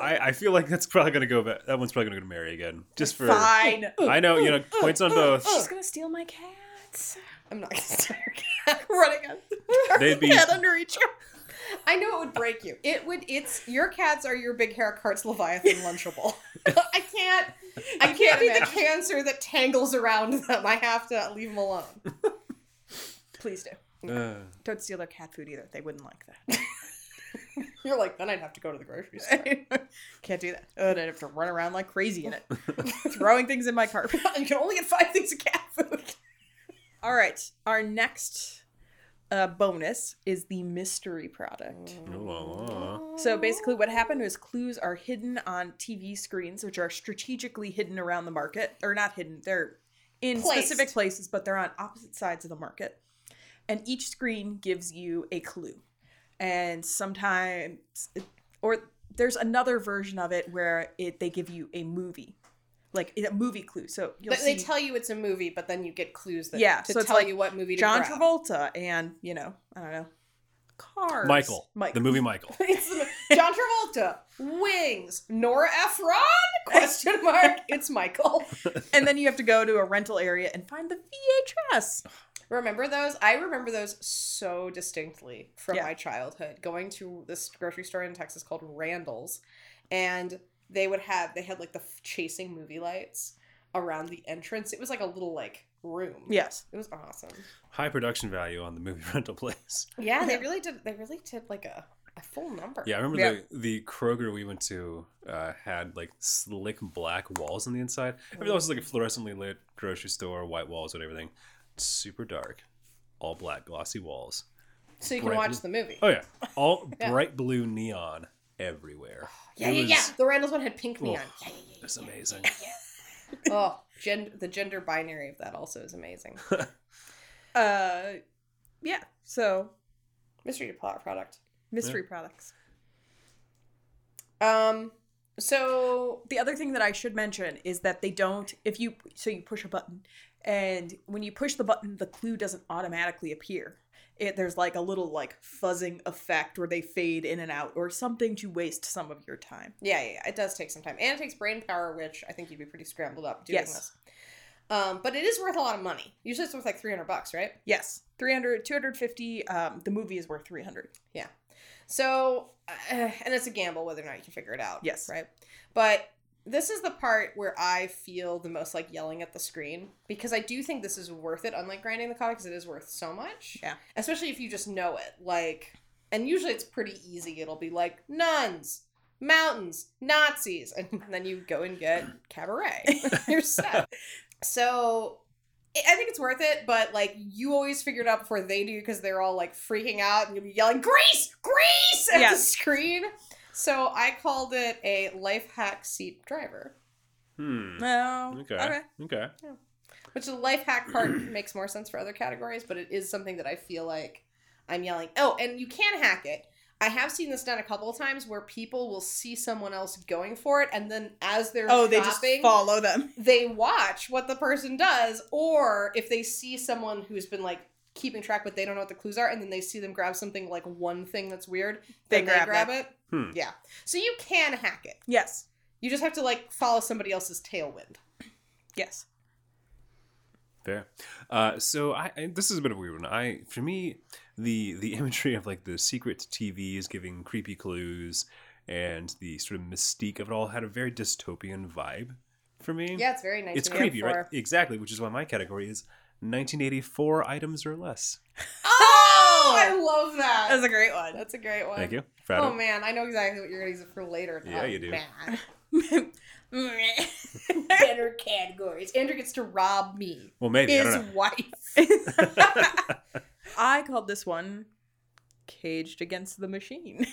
Speaker 3: I, I feel like that's probably gonna go. Back, that one's probably gonna go to Mary again, just for.
Speaker 2: Fine.
Speaker 3: I know, you know, points on both.
Speaker 2: She's gonna steal my cats.
Speaker 1: I'm not gonna start.
Speaker 2: Running up.
Speaker 3: They'd be-
Speaker 2: Cat under each other.
Speaker 1: I know it would break you. It would. It's your cats are your big hair carts Leviathan Lunchable. I can't. I can't be the cancer that tangles around them. I have to leave them alone.
Speaker 2: Please do.
Speaker 3: Uh,
Speaker 2: Don't steal their cat food either. They wouldn't like that.
Speaker 1: You're like, then I'd have to go to the grocery store.
Speaker 2: Can't do that. Oh, I'd have to run around like crazy in it, throwing things in my car.
Speaker 1: you can only get five things of cat food.
Speaker 2: All right, our next uh, bonus is the mystery product.
Speaker 3: ooh, la, la.
Speaker 2: So basically, what happened was clues are hidden on TV screens, which are strategically hidden around the market, or not hidden. They're in
Speaker 1: Placed.
Speaker 2: specific places, but they're on opposite sides of the market. And each screen gives you a clue. And sometimes, it, or there's another version of it where it they give you a movie, like a movie clue. So you'll
Speaker 1: They- they
Speaker 2: see-
Speaker 1: tell you it's a movie, but then you get clues that
Speaker 2: Yeah,
Speaker 1: to
Speaker 2: so it's
Speaker 1: tell
Speaker 2: like
Speaker 1: you what movie to
Speaker 2: John
Speaker 1: grab.
Speaker 2: Travolta and you know I don't know cars.
Speaker 3: Michael,
Speaker 2: Michael.
Speaker 3: the movie Michael.
Speaker 1: It's the- John Travolta, Wings, Nora Ephron? Question mark. It's Michael.
Speaker 2: and then you have to go to a rental area and find the VHS.
Speaker 1: Remember those? I remember those so distinctly from
Speaker 2: Yeah.
Speaker 1: my childhood. Going to this grocery store in Texas called Randall's, and they would have they had like the f- chasing movie lights around the entrance. It was like a little like room.
Speaker 2: Yes.
Speaker 1: it was awesome.
Speaker 3: High production value on the movie rental place.
Speaker 1: Yeah, they
Speaker 2: Yeah.
Speaker 1: really did. They really did like a a full number.
Speaker 3: Yeah, I remember
Speaker 2: Yeah.
Speaker 3: the the Kroger we went to uh, had like slick black walls on the inside. I mean, that was like a fluorescently lit grocery store, white walls and everything. Super dark, all black, glossy walls.
Speaker 1: so you can
Speaker 3: Right.
Speaker 1: watch the movie.
Speaker 3: Oh yeah, all
Speaker 1: Yeah.
Speaker 3: bright blue neon everywhere.
Speaker 1: yeah,
Speaker 3: it
Speaker 1: yeah,
Speaker 3: was-
Speaker 1: yeah. The Randall's one had pink neon.
Speaker 3: Oh,
Speaker 1: Yeah, yeah,
Speaker 3: That's amazing.
Speaker 1: yeah. oh, gen- the gender binary of that also is amazing.
Speaker 2: Uh, yeah. So
Speaker 1: Mystery plot product.
Speaker 2: mystery products.
Speaker 1: Um. So
Speaker 2: The other thing that I should mention is that they don't. If you so you push a button, and when you push the button, the clue doesn't automatically appear. It there's like a little like fuzzing effect where they fade in and out or something to waste some of your time.
Speaker 1: Yeah, yeah, yeah, it does take some time, and it takes brain power, which I think you'd be pretty scrambled up doing
Speaker 2: Yes.
Speaker 1: this. Um, but it is worth a lot of money. Usually, it's worth like three hundred bucks, right?
Speaker 2: Yes, 300, 250. Um, the movie is worth 300.
Speaker 1: So, uh, and it's a gamble whether or not you can figure it out.
Speaker 2: Yes.
Speaker 1: right. But this is the part where I feel the most like yelling at the screen because I do think this is worth it. Unlike grinding the coffee, because it is worth so much.
Speaker 2: Yeah.
Speaker 1: especially if you just know it. Like, and usually it's pretty easy. It'll be like nuns. Mountains, Nazis, and then you go and get cabaret. You're set. So I I think it's worth it, but like you always figure it out before they do because they're all like freaking out and you'll be yelling "Grease, Grease" at
Speaker 2: Yeah.
Speaker 1: the screen. So I called it a life hack seat driver,
Speaker 3: Hmm.
Speaker 2: No.
Speaker 3: Okay.
Speaker 2: okay.
Speaker 3: Okay.
Speaker 1: which the life hack part makes more sense for other categories, but it is something that I feel like I'm yelling. Oh, and you can hack it. I have seen this done a couple of times where people will see someone else going for it, and then as they're
Speaker 2: Oh, they just
Speaker 1: shopping,
Speaker 2: follow them.
Speaker 1: they watch what the person does, or if they see someone who's been like keeping track, but they don't know what the clues are, and then they see them grab something like one thing that's weird,
Speaker 2: They
Speaker 1: then
Speaker 2: grab
Speaker 1: it.
Speaker 3: Hmm.
Speaker 1: Yeah. So you can hack it.
Speaker 2: Yes.
Speaker 1: You just have to like follow somebody else's tailwind.
Speaker 2: Yes.
Speaker 3: Fair. Uh, so I, I this is a bit of a weird one. I for me the the imagery of like the secret TVs giving creepy clues and the sort of mystique of it all had a very dystopian vibe for me.
Speaker 1: Yeah, it's very nice.
Speaker 3: It's creepy, right? Exactly, which is why my category is 1984 items or less.
Speaker 1: Oh, I love
Speaker 2: That
Speaker 1: that.
Speaker 2: was a great one.
Speaker 1: That's a great one.
Speaker 3: Thank you. Proud
Speaker 1: Oh
Speaker 3: of-
Speaker 1: man, I know exactly what you're gonna use it for later.
Speaker 3: Yeah,
Speaker 1: Oh,
Speaker 3: you do.
Speaker 1: man.
Speaker 2: Meh.
Speaker 1: Better categories. Andrew gets to rob me.
Speaker 3: well, maybe I
Speaker 1: His
Speaker 3: don't know.
Speaker 1: wife.
Speaker 2: I called this one Caged Against the Machine.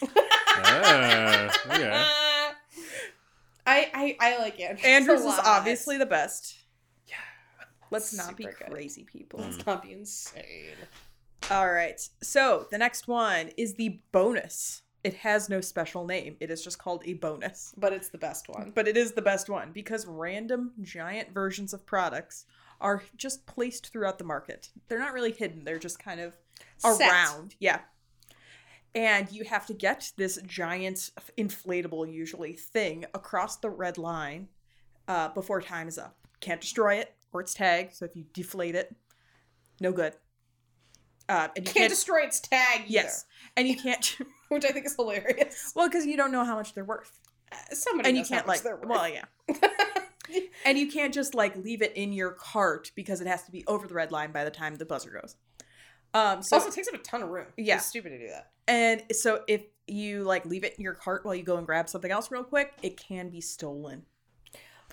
Speaker 3: Ah, okay.
Speaker 1: I, I I like Andrews.
Speaker 2: Andrews
Speaker 1: a
Speaker 2: is
Speaker 1: lot.
Speaker 2: obviously the best.
Speaker 3: Yeah.
Speaker 2: Let's not be
Speaker 1: Super good.
Speaker 2: crazy people.
Speaker 3: Mm.
Speaker 1: Let's not be insane.
Speaker 2: All right. So the next one is the bonus. It has no special name. It is just called a bonus.
Speaker 1: But it's the best one.
Speaker 2: But it is the best one because random giant versions of products are just placed throughout the market. They're not really hidden, they're just kind of
Speaker 1: Set.
Speaker 2: around. Yeah. And you have to get this giant inflatable, usually, thing across the red line uh, before time is up. Can't destroy it or its tag. So if you deflate it, no good. Uh, and you
Speaker 1: Can't,
Speaker 2: can't,
Speaker 1: destroy its tag either.
Speaker 2: yes, and you can't.
Speaker 1: Which I think is hilarious.
Speaker 2: Well, because you don't know how much they're worth
Speaker 1: Uh, Somebody
Speaker 2: and you
Speaker 1: knows how
Speaker 2: can't
Speaker 1: much
Speaker 2: like
Speaker 1: they're worth.
Speaker 2: well yeah and you can't just like leave it in your cart because it has to be over the red line by the time the buzzer goes um so
Speaker 1: also, it takes up a ton of room.
Speaker 2: Yeah.
Speaker 1: It's stupid to do that.
Speaker 2: and so if you like leave it in your cart while you go and grab something else real quick it can be stolen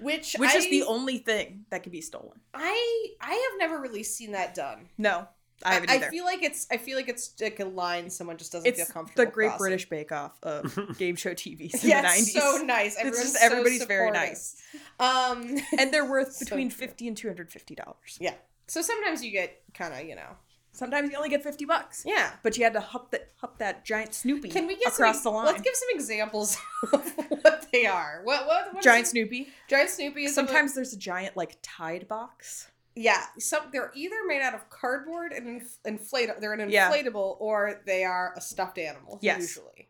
Speaker 1: Which
Speaker 2: which
Speaker 1: I,
Speaker 2: is the only thing that can be stolen
Speaker 1: I I have never really seen that done.
Speaker 2: no i haven't either
Speaker 1: feel like it's I feel like it's like a line someone just doesn't feel
Speaker 2: it's
Speaker 1: comfortable.
Speaker 2: the great
Speaker 1: crossing.
Speaker 2: british bake off of game show tvs in
Speaker 1: Yeah,
Speaker 2: the 90s
Speaker 1: it's so nice.
Speaker 2: it's
Speaker 1: Everyone's
Speaker 2: just
Speaker 1: so
Speaker 2: everybody's very
Speaker 1: supportive.
Speaker 2: nice
Speaker 1: Um,
Speaker 2: and they're worth
Speaker 1: So
Speaker 2: between
Speaker 1: true.
Speaker 2: 50 and 250 dollars
Speaker 1: yeah. So sometimes you get kind of you know
Speaker 2: sometimes you only get 50 bucks
Speaker 1: yeah.
Speaker 2: but you had to hup that hup that giant Snoopy
Speaker 1: Can we get
Speaker 2: across
Speaker 1: some,
Speaker 2: the line.
Speaker 1: Let's give some examples of what they are. What what, what
Speaker 2: giant
Speaker 1: is-
Speaker 2: Snoopy.
Speaker 1: Giant Snoopy is sometimes
Speaker 2: Sometimes there's a giant like Tide box.
Speaker 1: yeah. Some they're either made out of cardboard and inf- inflate they're an inflatable
Speaker 2: Yeah.
Speaker 1: or they are a stuffed animal.
Speaker 2: Yes.
Speaker 1: usually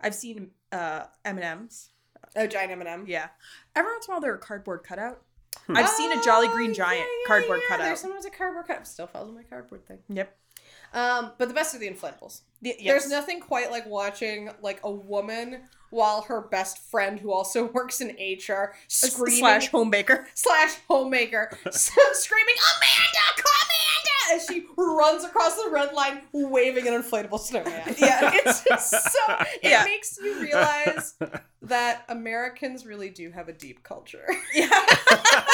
Speaker 2: I've seen uh M and M's.
Speaker 1: oh giant M and m
Speaker 2: Yeah, every once in a while they're a cardboard cutout.
Speaker 3: Hmm.
Speaker 2: I've seen a Jolly Green
Speaker 1: Oh,
Speaker 2: Giant
Speaker 1: yeah, yeah,
Speaker 2: cardboard
Speaker 1: yeah.
Speaker 2: cutout.
Speaker 1: There's sometimes a cardboard cutout. Still follows my cardboard thing.
Speaker 2: Yep.
Speaker 1: Um, but the best are the inflatables.
Speaker 2: The- yes.
Speaker 1: There's nothing quite like watching like a woman while her best friend, who also works in HR,
Speaker 2: S-
Speaker 1: screaming
Speaker 2: slash
Speaker 1: slash,
Speaker 2: home baker.
Speaker 1: homemaker, s- screaming Amanda, come Amanda, as she runs across the red line waving an inflatable snowman.
Speaker 2: Yeah.
Speaker 1: it's just so it
Speaker 2: Yeah.
Speaker 1: makes you realize that Americans really do have a deep culture.
Speaker 2: Yeah.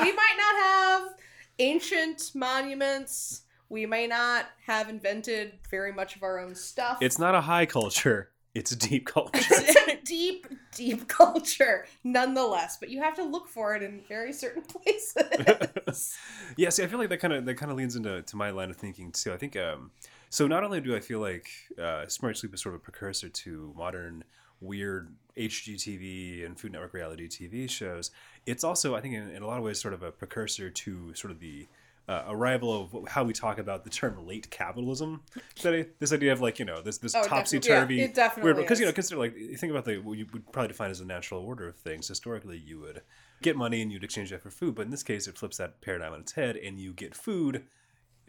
Speaker 1: we might not have ancient monuments. We may not have invented very much of our own stuff.
Speaker 3: It's not a high culture. It's a deep culture.
Speaker 1: It's a deep, deep culture, nonetheless. But you have to look for it in very certain Oh, places.
Speaker 3: yeah, see, I feel like that kind of that kind of leans into to my line of thinking too. I think um, so. Not only do I feel like uh, Smart Sleep is sort of a precursor to modern weird HGTV and Food Network reality TV shows, it's also I think in, in a lot of ways sort of a precursor to sort of the uh, arrival of how we talk about the term late capitalism. That I- this idea of like you know this this
Speaker 1: Oh, it
Speaker 3: topsy
Speaker 1: definitely- yeah,
Speaker 3: turvy
Speaker 1: it definitely
Speaker 3: because you
Speaker 1: is.
Speaker 3: know consider like you think about the what you would probably define as the natural order of things historically you would get money and you'd exchange that for food but in this case it flips that paradigm on its head and you get food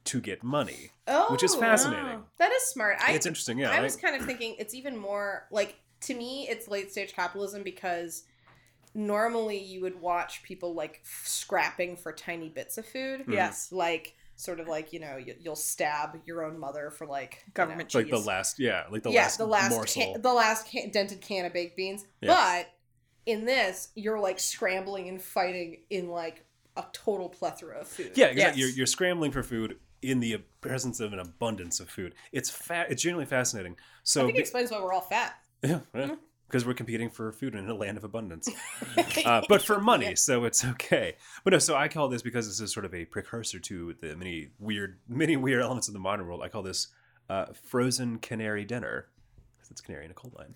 Speaker 3: to get money
Speaker 1: oh,
Speaker 3: which is fascinating
Speaker 2: wow.
Speaker 1: That is smart. I,
Speaker 3: it's interesting yeah
Speaker 1: I
Speaker 3: right?
Speaker 1: was kind of thinking it's even more like to me, it's late stage capitalism because normally you would watch people like scrapping for tiny bits of food.
Speaker 3: Mm-hmm.
Speaker 2: Yes.
Speaker 1: Like, sort of like, you know, you, you'll stab your own mother for like you know,
Speaker 2: Government
Speaker 3: It's like the
Speaker 2: cheese.
Speaker 3: last yeah like the
Speaker 1: yeah,
Speaker 3: last
Speaker 1: the last
Speaker 3: morsel
Speaker 1: can, the last can, dented can of baked beans.
Speaker 3: Yeah.
Speaker 1: But in this, you're like scrambling and fighting in like a total plethora of food.
Speaker 3: yeah exactly.
Speaker 2: Yes.
Speaker 3: you're, you're scrambling for food in the presence of an abundance of food it's fa- it's genuinely fascinating
Speaker 1: I
Speaker 3: so
Speaker 1: think it explains why we're all fat.
Speaker 3: because we're competing for food in a land of abundance uh, but for money, so it's okay. But no, so I call this because this is sort of a precursor to the many weird, many weird elements of the modern world. I call this uh, frozen canary dinner. 'Cause It's canary in a coal mine,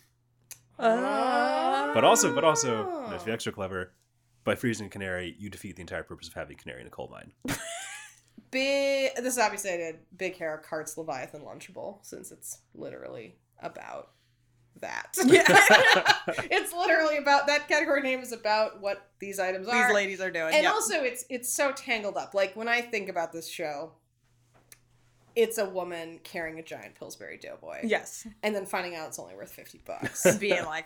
Speaker 2: Uh,
Speaker 3: but also, but also, you know, if
Speaker 1: Oh.
Speaker 3: you're extra clever, by freezing a canary, you defeat the entire purpose of having a canary in a coal mine.
Speaker 1: Big. This is obviously I did big hair carts Leviathan Lunchable since it's literally about that. it's literally about that category name is about what these items are.
Speaker 2: These ladies are doing.
Speaker 1: and
Speaker 2: yeah.
Speaker 1: also it's it's so tangled up like when i think about this show it's a woman carrying a giant pillsbury doughboy
Speaker 2: yes.
Speaker 1: and then finding out it's only worth 50 bucks
Speaker 2: Being like,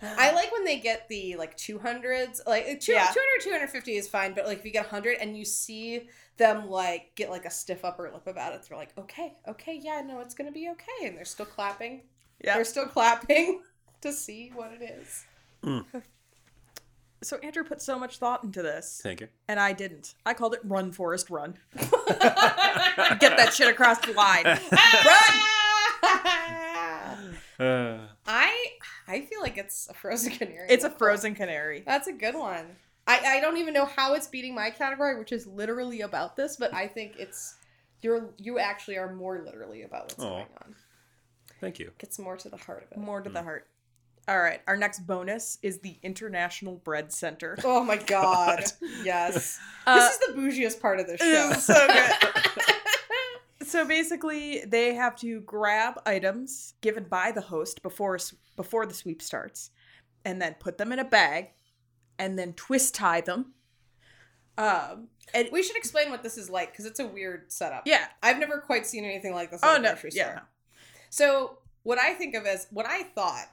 Speaker 1: i like when they get the like 200s like two,
Speaker 2: Yeah.
Speaker 1: 200 250 is fine but like if you get 100 and you see them like get like a stiff upper lip about it they're like okay okay yeah no it's gonna be okay and they're still clapping
Speaker 2: yeah.
Speaker 1: they're still clapping to see what it is
Speaker 2: So Andrew put so much thought into this,
Speaker 3: Thank you.
Speaker 2: and I didn't. I called it "Run, Forest, Run." Get that shit across the line.
Speaker 1: run
Speaker 3: Uh,
Speaker 1: I I feel like it's a frozen canary.
Speaker 2: It's a frozen canary.
Speaker 1: That's a good one. I I don't even know how it's beating my category, which is literally about this, but I think it's you're you actually are more literally about what's
Speaker 3: Aw.
Speaker 1: going on.
Speaker 3: thank you.
Speaker 1: Gets more to the heart of it.
Speaker 2: More
Speaker 3: Hmm.
Speaker 2: to the heart. All right. Our next bonus is the International Bread Center.
Speaker 1: Oh my god. Yes.
Speaker 2: Uh,
Speaker 1: this is the bougiest part of this show.
Speaker 2: It is so good. so basically, they have to grab items given by the host before s- before the sweep starts, and then put them in a bag, and then twist tie them. Um, and
Speaker 1: We should explain what this is like because it's a weird setup.
Speaker 2: yeah.
Speaker 1: I've never quite seen anything like this.
Speaker 2: Oh
Speaker 1: at a
Speaker 2: no.
Speaker 1: grocery store.
Speaker 2: Yeah. no.
Speaker 1: So what I think of as what I thought,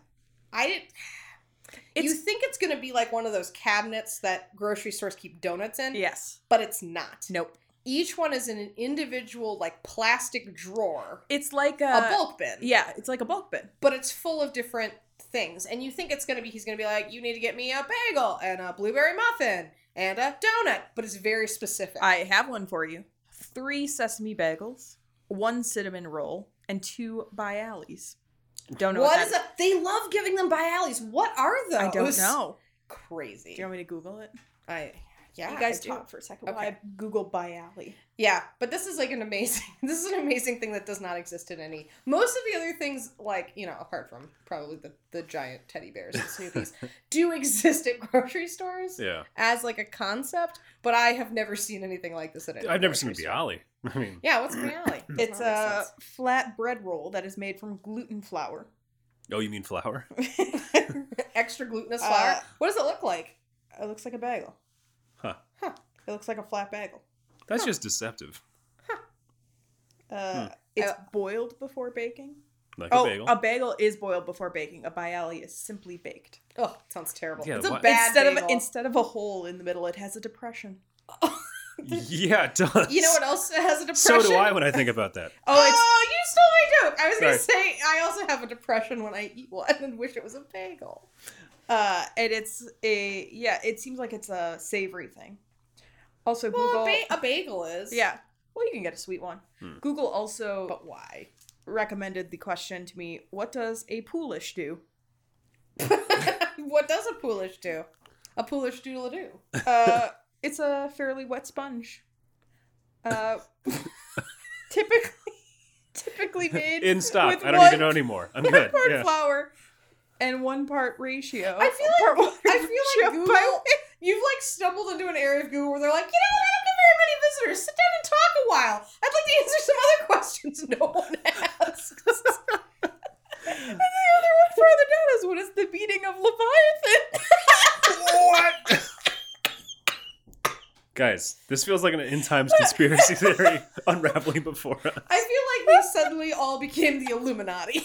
Speaker 1: I didn't. you
Speaker 2: It's-
Speaker 1: think it's going to be like one of those cabinets that grocery stores keep donuts in,
Speaker 2: Yes.
Speaker 1: but it's not.
Speaker 2: Nope.
Speaker 1: Each one is in an individual like plastic drawer,
Speaker 2: It's like a,
Speaker 1: a bulk bin.
Speaker 2: Uh, Yeah, it's like a bulk bin.
Speaker 1: But it's full of different things, and you think it's going to be he's going to be like, you need to get me a bagel and a blueberry muffin and a donut, but it's very specific.
Speaker 2: I have one for you. Three sesame bagels, one cinnamon roll, and two by alleys. Don't know what,
Speaker 1: what
Speaker 2: that
Speaker 1: is a, they love giving them by alleys? What are those?
Speaker 2: I don't know.
Speaker 1: Crazy.
Speaker 2: Do you want me to Google it?
Speaker 1: I yeah.
Speaker 2: you guys
Speaker 1: I do.
Speaker 2: talk for a second while
Speaker 1: Okay.
Speaker 2: I Google by alley.
Speaker 1: Yeah, but this is like an amazing. This is an amazing thing that does not exist in any. Most of the other things, like you know, apart from probably the the giant teddy bears and Snoopy's, do exist at grocery stores
Speaker 3: Yeah,
Speaker 1: as like a concept. But I have never seen anything like this at any.
Speaker 3: I've never seen a
Speaker 1: grocery store.
Speaker 3: bialy. I mean,
Speaker 1: Yeah, what's Bialy?
Speaker 2: It's a flat bread roll that is made from gluten flour.
Speaker 3: oh, you mean flour?
Speaker 1: uh, extra glutinous flour.
Speaker 2: Uh,
Speaker 1: what does it look like? It looks like a bagel.
Speaker 3: Huh.
Speaker 1: Huh. It looks like a flat bagel.
Speaker 3: That's just deceptive.
Speaker 1: Uh,
Speaker 2: It's
Speaker 1: uh,
Speaker 2: boiled before baking.
Speaker 3: Hmm. Like
Speaker 2: oh,
Speaker 3: a bagel.
Speaker 1: um,
Speaker 2: is boiled before baking. A bialy is simply baked.
Speaker 1: oh, sounds terrible.
Speaker 3: Yeah,
Speaker 1: it's a
Speaker 3: what-
Speaker 1: bad
Speaker 2: instead
Speaker 1: bagel.
Speaker 2: of instead of a hole in the middle, it has a depression.
Speaker 3: yeah, it does.
Speaker 1: you know what else has a
Speaker 3: So
Speaker 1: depression?
Speaker 3: do I when I think about that.
Speaker 1: Oh,
Speaker 2: it's-
Speaker 1: you stole my joke. I was going to say I also have a depression when I eat one and wish it was a bagel.
Speaker 2: Uh, and it's a yeah. It seems like it's a savory thing. Also,
Speaker 1: Well,
Speaker 2: Google.
Speaker 1: a, ba- a bagel is.
Speaker 2: yeah. Well, you can get a sweet one.
Speaker 3: Hmm.
Speaker 2: Google also
Speaker 1: But why?
Speaker 2: recommended the question to me: What does a poolish do?
Speaker 1: what does a poolish do? A poolish doodle do.
Speaker 2: Uh, it's a fairly wet sponge. Uh, typically, typically made
Speaker 3: In stop.
Speaker 2: With
Speaker 3: I don't
Speaker 2: one-
Speaker 3: even know anymore. I'm good.
Speaker 2: part
Speaker 3: Yeah.
Speaker 2: flour and one part ratio.
Speaker 1: I feel
Speaker 2: like
Speaker 1: I feel like Google. You've like stumbled into an area of Google where they're like, you know what? I don't get very many visitors. Sit down and talk a while. I'd like to answer some other questions no one asked.
Speaker 2: the other one further down is what is the beating of Leviathan?
Speaker 3: Guys, this feels like an end times conspiracy theory unraveling before us.
Speaker 1: I feel like we suddenly all became the Illuminati.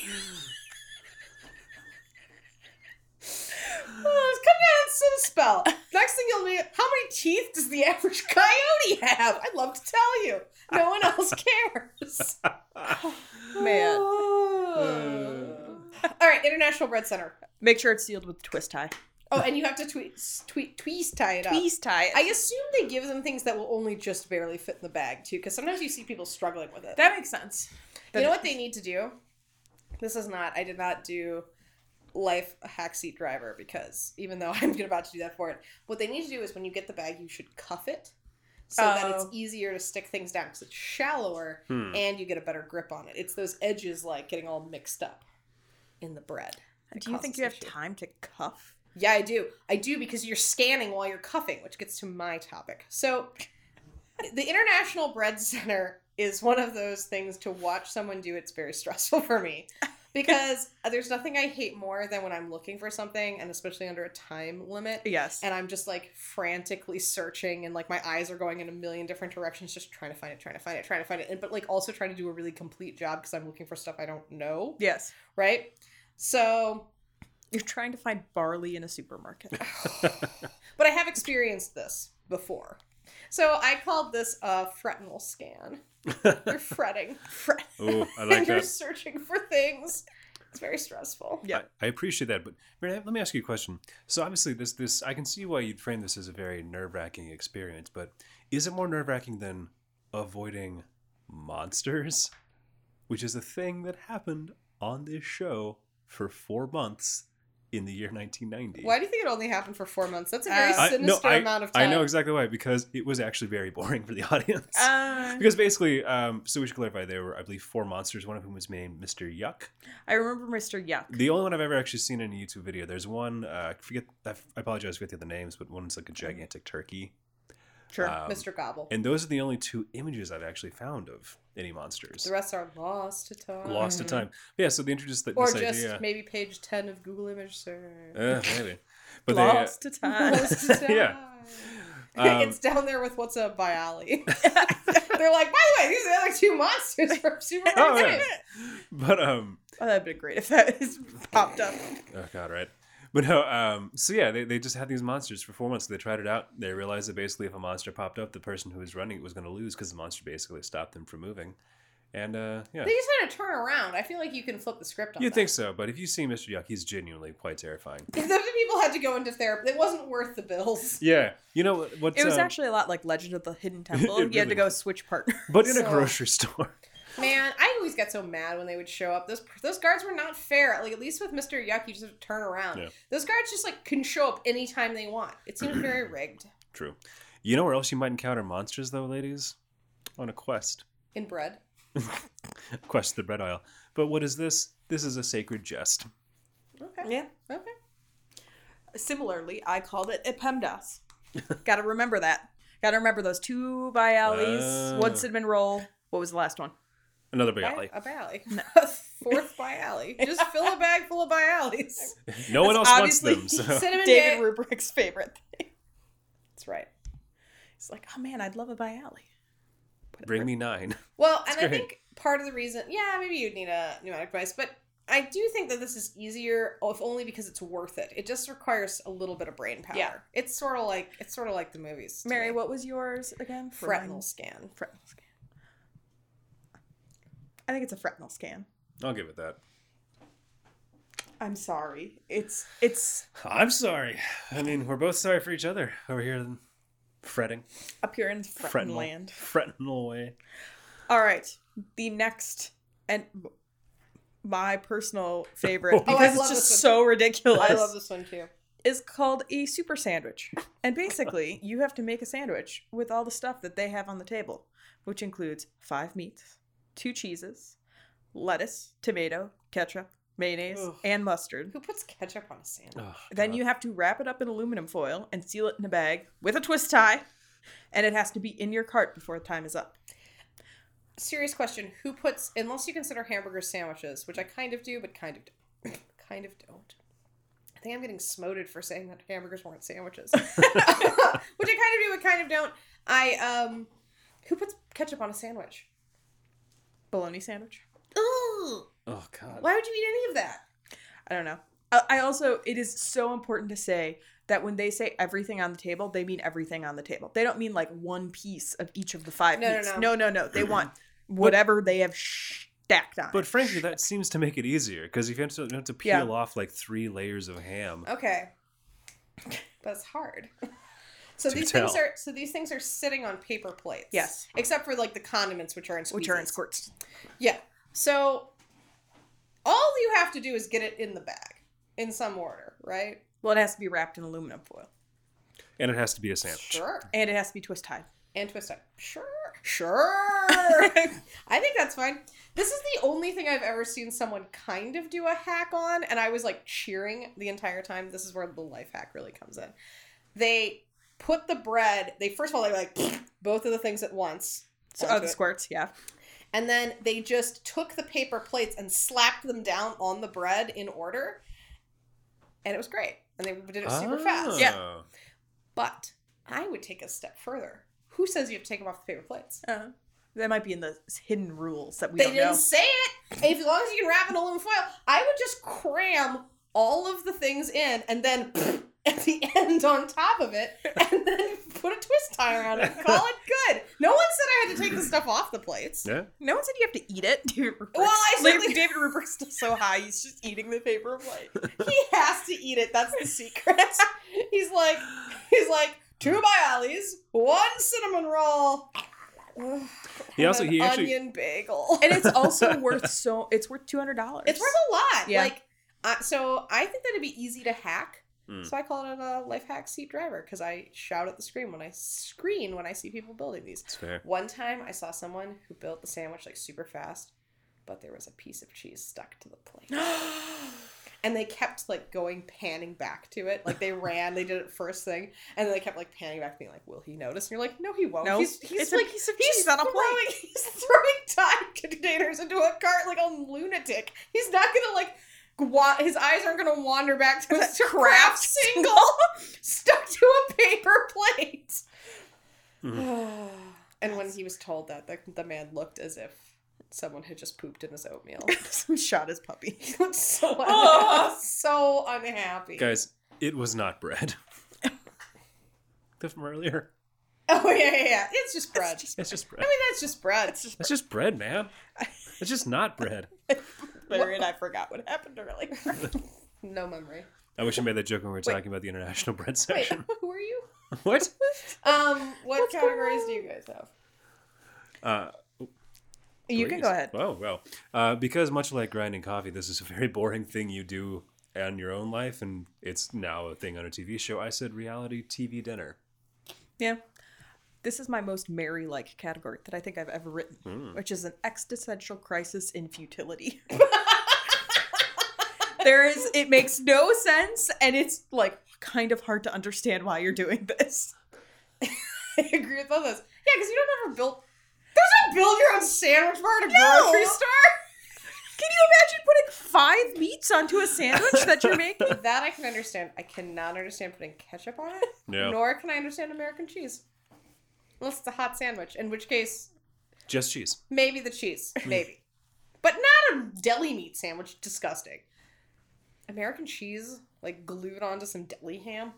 Speaker 1: Oh, it's coming out of some spell. Next thing you'll be, how many teeth does the average coyote have? I'd love to tell you. No one else cares.
Speaker 2: Man.
Speaker 1: all right, International Bread Center.
Speaker 2: Make sure it's sealed with twist tie.
Speaker 1: Oh, and you have to tweet, tweet, tweeze tie it up.
Speaker 2: Twist tie.
Speaker 1: I assume they give them things that will only just barely fit in the bag too, because sometimes you see people struggling with it.
Speaker 2: that makes sense.
Speaker 1: you know what they need to do? This is not. I did not do life hack seat driver because even though I'm about to do that for it, what they need to do is when you get the bag, you should cuff it so that it's
Speaker 2: Oh.
Speaker 1: easier to stick things down because it's shallower
Speaker 3: Hmm.
Speaker 1: and you get a better grip on it. It's those edges like getting all mixed up in the bread. It
Speaker 2: Do you think
Speaker 1: causes
Speaker 2: you have
Speaker 1: issue.
Speaker 2: time to cuff?
Speaker 1: Yeah, I do. I do because you're scanning while you're cuffing, which gets to my topic. So, the International Bread Center is one of those things to watch someone do. It's very stressful for me because there's nothing I hate more than when I'm looking for something and especially under a time limit.
Speaker 2: Yes.
Speaker 1: And I'm just like frantically searching, and like my eyes are going in a million different directions, just trying to find it, trying to find it, trying to find it, and but like also trying to do a really complete job because I'm looking for stuff I don't know,
Speaker 2: yes.
Speaker 1: right? So
Speaker 2: You're trying to find barley in a supermarket.
Speaker 1: But I have experienced this before. So I called this a fretnal scan. You're fretting. Fret-
Speaker 3: Ooh, Oh, I
Speaker 1: and
Speaker 3: like
Speaker 1: you're
Speaker 3: that.
Speaker 1: searching for things. It's very stressful.
Speaker 2: Yeah.
Speaker 3: I appreciate that, but Mary, let me ask you a question. So obviously, this this I can see why you'd frame this as a very nerve wracking experience, but is it more nerve wracking than avoiding monsters, which is a thing that happened on this show for four months in the year 1990?
Speaker 1: Why do you think it only happened for four months? That's a very
Speaker 2: Uh,
Speaker 3: I- no,
Speaker 1: sinister
Speaker 3: I-
Speaker 1: amount of
Speaker 3: I
Speaker 1: time.
Speaker 3: know exactly why because it was actually very boring for the audience.
Speaker 1: Oh.
Speaker 2: Uh,
Speaker 3: because basically, um, so we should clarify there were I believe four monsters, one of whom was named Mister Yuck.
Speaker 2: I remember Mr. Yuck.
Speaker 3: The only one I've ever actually seen in a YouTube video. There's one. Uh, I forget. I, f- I apologize for the other names, but one's
Speaker 1: Mm.
Speaker 3: like a gigantic turkey.
Speaker 2: Sure.
Speaker 3: Um,
Speaker 1: Mr. Gobble.
Speaker 3: And those are the only two images I've actually found of any monsters.
Speaker 1: The rest are lost to time.
Speaker 3: Lost to time. yeah. So they introduced that,
Speaker 1: Mm-hmm. Or
Speaker 3: this
Speaker 1: just
Speaker 3: idea.
Speaker 1: maybe page 10 of Google Image Search.
Speaker 3: Uh, maybe. But they. uh,
Speaker 2: Lost to time.
Speaker 1: Lost to time.
Speaker 3: Yeah. um,
Speaker 1: it's down there with what's up by Ollie. They're like, by the way, these are the other two monsters from Super
Speaker 3: oh, yeah. But um,
Speaker 2: Oh, that'd been great if that is popped up.
Speaker 3: Oh god, right. But no, um, so yeah, they, they just had these monsters for four months. They tried it out. They realized that basically, if a monster popped up, the person who was running it was going to lose because the monster basically stopped them from moving. And uh, yeah,
Speaker 1: They just had to turn around. I feel like you can flip the script on
Speaker 3: you
Speaker 1: that.
Speaker 3: think so? But if you see Mr. Yuck, he's genuinely quite terrifying.
Speaker 1: If the people had to go into therapy, it wasn't worth the bills.
Speaker 3: Yeah, you know what? what's,
Speaker 2: It was
Speaker 3: um,
Speaker 2: actually a lot like Legend of the Hidden Temple. you had
Speaker 3: It
Speaker 2: to
Speaker 3: really
Speaker 2: go
Speaker 3: was.
Speaker 2: switch partner.
Speaker 3: but in
Speaker 1: so-
Speaker 3: a grocery store.
Speaker 1: Man, I always got so mad when they would show up. Those those guards were not fair. Like at least with Mr. Yuck, you just have to turn around.
Speaker 3: Yeah.
Speaker 1: Those guards just like can show up anytime they want. It seems very rigged.
Speaker 3: True. You know where else you might encounter monsters though, ladies? On a quest.
Speaker 1: In bread.
Speaker 3: Quest the bread aisle. But what is this? This is a sacred jest.
Speaker 1: Okay.
Speaker 2: Yeah.
Speaker 1: Okay.
Speaker 2: Similarly, I called it a PEMDAS. Got to remember that. Got to remember those two by alleys,
Speaker 3: Oh.
Speaker 2: one cinnamon roll. What was the last one?
Speaker 3: Another big
Speaker 1: By-
Speaker 3: alley.
Speaker 1: Up alley. Fourth by alley. Just fill a bag full of by alleys.
Speaker 3: No one else
Speaker 2: That's
Speaker 3: wants them.
Speaker 2: obviously
Speaker 3: So.
Speaker 1: Cinnamon
Speaker 2: David
Speaker 1: ba-
Speaker 2: Rubrick's favorite thing.
Speaker 1: right.
Speaker 2: It's like, oh man, I'd love a bialy.
Speaker 3: Bring me nine.
Speaker 1: Well, and I
Speaker 3: great.
Speaker 1: think part of the reason, yeah, maybe you'd need a pneumatic device, but I do think that this is easier, if only because it's worth it. It just requires a little bit of brain power.
Speaker 2: Yeah.
Speaker 1: It's sort of like it's sort of like the movies. to
Speaker 2: Mary,
Speaker 1: me.
Speaker 2: what was yours again?
Speaker 1: Frontal scan.
Speaker 2: Fretnal scan. I think it's a fretnal scan.
Speaker 3: I'll give it that.
Speaker 2: I'm sorry. It's it's
Speaker 3: I'm sorry. I mean, we're both sorry for each other over here, fretting,
Speaker 2: up here in fretin
Speaker 3: fretting,
Speaker 2: land.
Speaker 3: fretting away.
Speaker 2: All right. The next and my personal favorite
Speaker 1: Oh, I
Speaker 2: because
Speaker 1: love
Speaker 2: it's just
Speaker 1: this one.
Speaker 2: so ridiculous.
Speaker 1: I love this one too.
Speaker 2: is called a super sandwich. And basically, you have to make a sandwich with all the stuff that they have on the table, which includes five meats, two cheeses, lettuce, tomato, ketchup, mayonnaise,
Speaker 1: Ugh.
Speaker 2: and mustard.
Speaker 1: Who puts ketchup on a sandwich?
Speaker 3: Oh,
Speaker 2: Then you have to wrap it up in aluminum foil and seal it in a bag with a twist tie, and it has to be in your cart before time is up.
Speaker 1: Serious question: Who puts? Unless you consider hamburger sandwiches, which I kind of do, but kind of, do, kind of don't. I think I'm getting smoted for saying that hamburgers weren't sandwiches, which I kind of do, but kind of don't. I um, who puts ketchup on a sandwich?
Speaker 2: Bologna sandwich.
Speaker 1: Ooh,
Speaker 3: Oh God.
Speaker 1: why would you eat any of that?
Speaker 2: I don't know. Uh, I I also, it is so important to say that when they say everything on the table, they mean everything on the table. They don't mean like one piece of each of the five.
Speaker 1: No, no,
Speaker 2: meats.
Speaker 1: no.
Speaker 2: no, no, no. They want whatever they have stacked on.
Speaker 3: But
Speaker 2: it.
Speaker 3: frankly, that seems to make it easier because if you have to, you have to peel
Speaker 2: Yeah.
Speaker 3: off like three layers of ham.
Speaker 1: Okay, that's hard. So
Speaker 3: To
Speaker 1: these
Speaker 3: tell.
Speaker 1: things are so these things are sitting on paper plates.
Speaker 2: Yes.
Speaker 1: except for like the condiments, which are in squeezes.
Speaker 2: which are in squirts.
Speaker 1: Yeah. So all you have to do is get it in the bag in some order, right?
Speaker 2: Well, it has to be wrapped in aluminum foil,
Speaker 3: And it has to be a sandwich.
Speaker 1: Sure.
Speaker 2: and it has to be twist tied.
Speaker 1: And twist up. Sure. Sure. I think that's fine. This is the only thing I've ever seen someone kind of do a hack on, and I was like cheering the entire time. This is where the life hack really comes in. They put the bread, they first of all, they like both of the things at once.
Speaker 2: So, oh,
Speaker 1: onto
Speaker 2: the
Speaker 1: it.
Speaker 2: squirts, yeah.
Speaker 1: And then they just took the paper plates and slapped them down on the bread in order. And it was great. And they did it super fast.
Speaker 2: Yeah.
Speaker 3: Oh.
Speaker 1: But I would take it a step further. Who says you have to take them off the paper plates?
Speaker 2: Uh, that might be in the hidden rules that we
Speaker 1: they
Speaker 2: don't
Speaker 1: didn't
Speaker 2: know.
Speaker 1: say it. If, as long as you can wrap in aluminum foil, I would just cram all of the things in and then at the end on top of it and then put a twist tie around it and call it good. No one said I had to take the stuff off the plates.
Speaker 3: Yeah.
Speaker 2: No one said you have to eat it. David Rupert's,
Speaker 1: Well, I certainly-
Speaker 2: David Rupert's still so high, he's just eating the paper plate.
Speaker 1: he has to eat it. That's the secret. he's like, he's like two bialys, one cinnamon roll.
Speaker 3: He also-
Speaker 1: and
Speaker 3: he
Speaker 1: an
Speaker 3: actually-
Speaker 1: onion bagel.
Speaker 2: and it's also worth so it's worth two hundred dollars.
Speaker 1: it's worth a lot.
Speaker 2: Yeah.
Speaker 1: Like, uh, so I think that'd be easy to hack.
Speaker 3: Mm.
Speaker 1: So I call it a life hack seat driver because I shout at the screen when I screen when I see people building these.
Speaker 3: It's fair.
Speaker 1: One time I saw someone who built the sandwich like super fast, but there was a piece of cheese stuck to the plate. And they kept like going panning back to it. Like they ran, they did it first thing, and then they kept like panning back, being like, "Will he notice?" And you're like, "No, he won't.
Speaker 2: no,
Speaker 1: he's he's
Speaker 2: it's
Speaker 1: like
Speaker 2: a piece of
Speaker 1: he's
Speaker 2: cheese on a plate.
Speaker 1: throwing he's throwing time containers into a cart like a lunatic. He's not gonna like." Wa- his eyes aren't going to wander back to his craft single stuck to a paper plate. and when he was told that, the, the man looked as if someone had just pooped in his oatmeal.
Speaker 2: Someone shot his puppy.
Speaker 1: He looked so Ah.
Speaker 2: Oh.
Speaker 1: so unhappy.
Speaker 3: Guys, it was not bread. From earlier.
Speaker 1: Oh yeah, yeah, yeah. It's just bread.
Speaker 3: It's just bread.
Speaker 1: I mean, that's just bread.
Speaker 3: It's just bread, man. It's just not bread.
Speaker 2: Mary and I forgot what happened earlier.
Speaker 1: no memory.
Speaker 3: I wish I made that joke when we were
Speaker 1: Wait.
Speaker 3: talking about the international bread
Speaker 1: Wait,
Speaker 3: section.
Speaker 1: who are you?
Speaker 3: what?
Speaker 1: Um, what
Speaker 2: What's going
Speaker 1: categories
Speaker 2: on?
Speaker 1: do you guys have?
Speaker 3: Uh,
Speaker 2: you can
Speaker 3: please.
Speaker 2: go ahead.
Speaker 3: Oh well, uh, because much like grinding coffee, this is a very boring thing you do on your own life, and it's now a thing on a TV show. I said reality TV dinner.
Speaker 2: Yeah. This is my most Mary like category that I think I've ever written, which is an existential crisis in futility. there is, it makes no sense, and it's like kind of hard to understand why you're doing this.
Speaker 1: I agree with both of us. Yeah, because you don't ever build. There's a build your own sandwich bar at a
Speaker 2: No!
Speaker 1: grocery store.
Speaker 2: Can you imagine putting five meats onto a sandwich that you're making?
Speaker 1: That I can understand. I cannot understand putting ketchup on it.
Speaker 3: No.
Speaker 1: Nor can I understand American cheese. Unless it's a hot sandwich, in which case,
Speaker 3: Just cheese.
Speaker 1: maybe the cheese. Maybe. but not a deli meat sandwich. Disgusting. American cheese, like glued onto some deli ham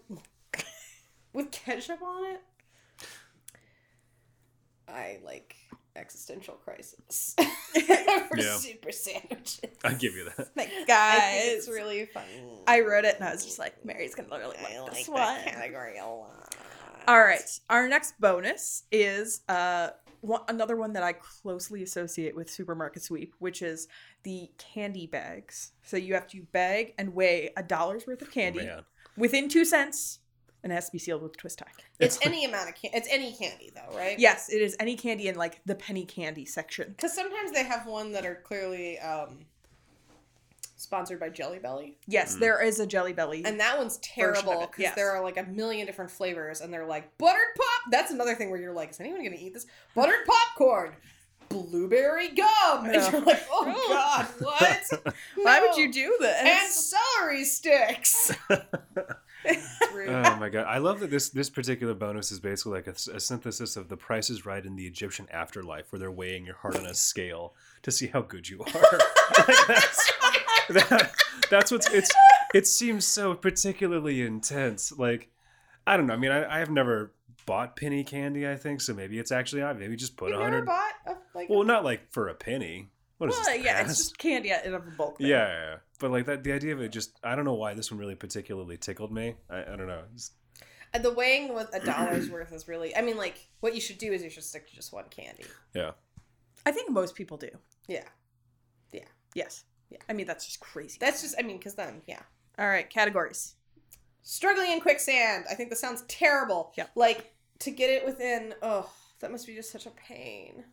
Speaker 1: with ketchup on it. I like existential crisis for
Speaker 3: Yeah.
Speaker 1: super sandwiches.
Speaker 3: I give you that. Oh,
Speaker 2: Like, guys,
Speaker 1: I think it's really funny.
Speaker 2: I wrote it and I was just like, Mary's gonna really like,
Speaker 1: I like
Speaker 2: this
Speaker 1: that
Speaker 2: one.
Speaker 1: category a lot.
Speaker 2: All right, our next bonus is uh one, another one that I closely associate with supermarket sweep, which is the candy bags. So you have to bag and weigh a dollar's worth of candy
Speaker 3: Oh, Man.
Speaker 2: within two cents, and it has to be sealed with twist tie.
Speaker 1: It's any amount of candy. It's any candy though, right?
Speaker 2: Yes, it is any candy in like the penny candy section.
Speaker 1: Because sometimes they have one that are clearly um, sponsored by Jelly Belly,
Speaker 2: Yes,
Speaker 3: Mm.
Speaker 2: there is a jelly belly.
Speaker 1: and that one's
Speaker 2: Mm. of
Speaker 1: terrible
Speaker 2: it,
Speaker 1: because
Speaker 2: yes.
Speaker 1: there are like a million different flavors, and they're like buttered pop. That's another thing where you're like, is anyone gonna eat this buttered popcorn? Blueberry gum, and
Speaker 2: Yeah.
Speaker 1: you're like, oh god, what?
Speaker 2: Why would
Speaker 1: No.
Speaker 2: you do this?
Speaker 1: And celery sticks. It's rude.
Speaker 2: Uh,
Speaker 3: Oh my god! I love that this this particular bonus is basically like a, s- a synthesis of The Price is Right in the Egyptian afterlife, where they're weighing your heart on a scale to see how good you are. Like, that's, that- that's what's it's. It seems so particularly intense. Like I don't know. I mean, I, I have never bought penny candy. I think so. Maybe it's actually I maybe just put
Speaker 1: You've
Speaker 3: a
Speaker 1: never
Speaker 3: hundred.
Speaker 1: bought a, like
Speaker 3: Well, not like for a penny. What is
Speaker 2: well,
Speaker 3: this?
Speaker 2: yeah, it's
Speaker 3: past?
Speaker 2: just candy in a bulk. bag.
Speaker 3: Yeah, yeah, yeah. but like that, the idea of it just—I don't know why this one really particularly tickled me. I, I don't know. It's-
Speaker 1: Uh, The weighing with a dollar's worth is really. I mean, like, what you should do is you should stick to just one candy.
Speaker 2: I think most people do.
Speaker 1: Yeah,
Speaker 2: Yes.
Speaker 1: Yeah.
Speaker 2: I mean, that's just crazy.
Speaker 1: that's just. I mean, because then, yeah,
Speaker 2: All right, categories.
Speaker 1: struggling in quicksand. I think that sounds terrible.
Speaker 2: Yeah.
Speaker 1: Like to get it within. Oh, that must be just such a pain.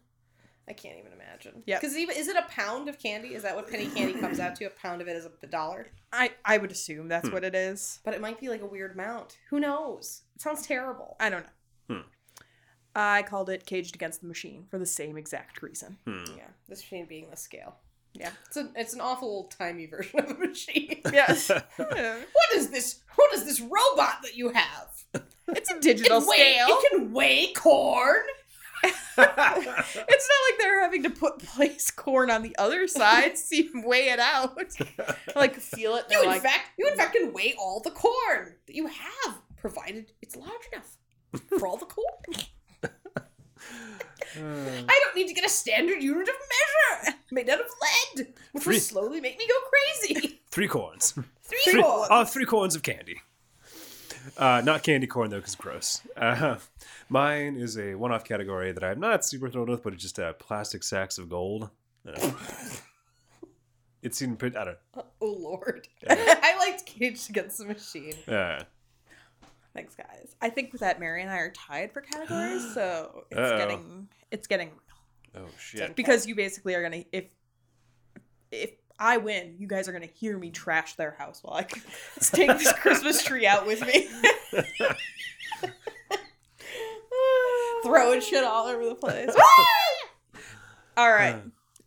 Speaker 1: I can't even imagine.
Speaker 2: Yeah.
Speaker 1: Because even is it a pound of candy? Is that what penny candy comes out to? A pound of it is a dollar.
Speaker 2: I I would assume that's
Speaker 3: Hmm.
Speaker 2: what it is.
Speaker 1: But it might be like a weird amount. Who knows? It sounds terrible.
Speaker 2: I don't know.
Speaker 3: Hmm.
Speaker 2: I called it caged against the machine for the same exact reason.
Speaker 3: hmm.
Speaker 1: Yeah. This machine being the scale.
Speaker 2: Yeah.
Speaker 1: It's an it's an awful old timey version of a machine.
Speaker 2: Yes.
Speaker 1: What is this? What is this robot that you have?
Speaker 2: it's a digital scale.
Speaker 1: It can weigh corn.
Speaker 2: It's not like they're having to put place corn on the other side, see weigh it out, like feel it.
Speaker 1: You
Speaker 2: they're
Speaker 1: in
Speaker 2: like,
Speaker 1: fact, you in fact can weigh all the corn that you have, provided it's large enough for all the corn.
Speaker 3: Uh,
Speaker 1: I don't need to get a standard unit of measure made out of lead, which will
Speaker 3: Three-
Speaker 1: slowly make me go crazy.
Speaker 3: three corns.
Speaker 1: Three,
Speaker 3: Three,
Speaker 1: corn.
Speaker 3: oh, three corns of candy. Uh, not candy corn though, because gross. Uh, mine is a one-off category that I'm not super thrilled with, but it's just uh, plastic sacks of gold. Uh, it seemed pretty. I don't.
Speaker 1: Oh lord,
Speaker 3: Yeah.
Speaker 1: I liked Caged Against the Machine.
Speaker 3: Uh,
Speaker 2: Thanks, guys. I think that Mary and I are tied for categories, so it's
Speaker 3: Uh-oh.
Speaker 2: getting it's getting
Speaker 3: oh shit.
Speaker 2: because you basically are gonna if if I win, you guys are gonna hear me trash their house while I take this Christmas tree out with me, throwing shit all over the place. all right.
Speaker 3: Uh.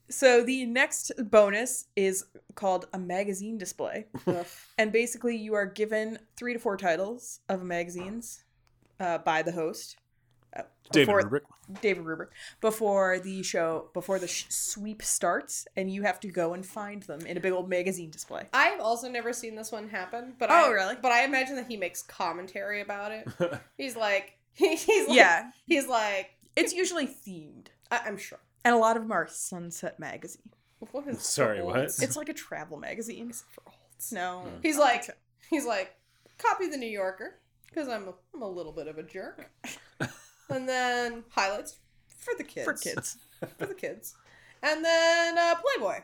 Speaker 2: So the next bonus is called a magazine display,
Speaker 1: Ugh.
Speaker 2: and basically you are given three to four titles of magazines uh, by the host. uh,
Speaker 3: David
Speaker 2: before-
Speaker 3: Rubric.
Speaker 2: David Rubric before the show before the sh- sweep starts, and you have to go and find them in a big old magazine display.
Speaker 1: I've also never seen this one happen, but
Speaker 2: Oh,
Speaker 1: I,
Speaker 2: really?
Speaker 1: But I imagine that he makes commentary about it. He's like, he's like,
Speaker 2: yeah,
Speaker 1: he's like,
Speaker 2: it's usually themed,
Speaker 1: I, I'm sure.
Speaker 2: and a lot of them are Sunset magazine.
Speaker 1: What is
Speaker 3: Sorry,
Speaker 1: the
Speaker 3: what?
Speaker 1: olds?
Speaker 2: It's like a travel magazine.
Speaker 1: for olds.
Speaker 2: No,
Speaker 3: Hmm.
Speaker 1: He's like, he's like, copy the New Yorker because I'm a, I'm a little bit of a jerk, and then highlights for the kids
Speaker 2: for kids.
Speaker 1: for the kids, and then uh, Playboy.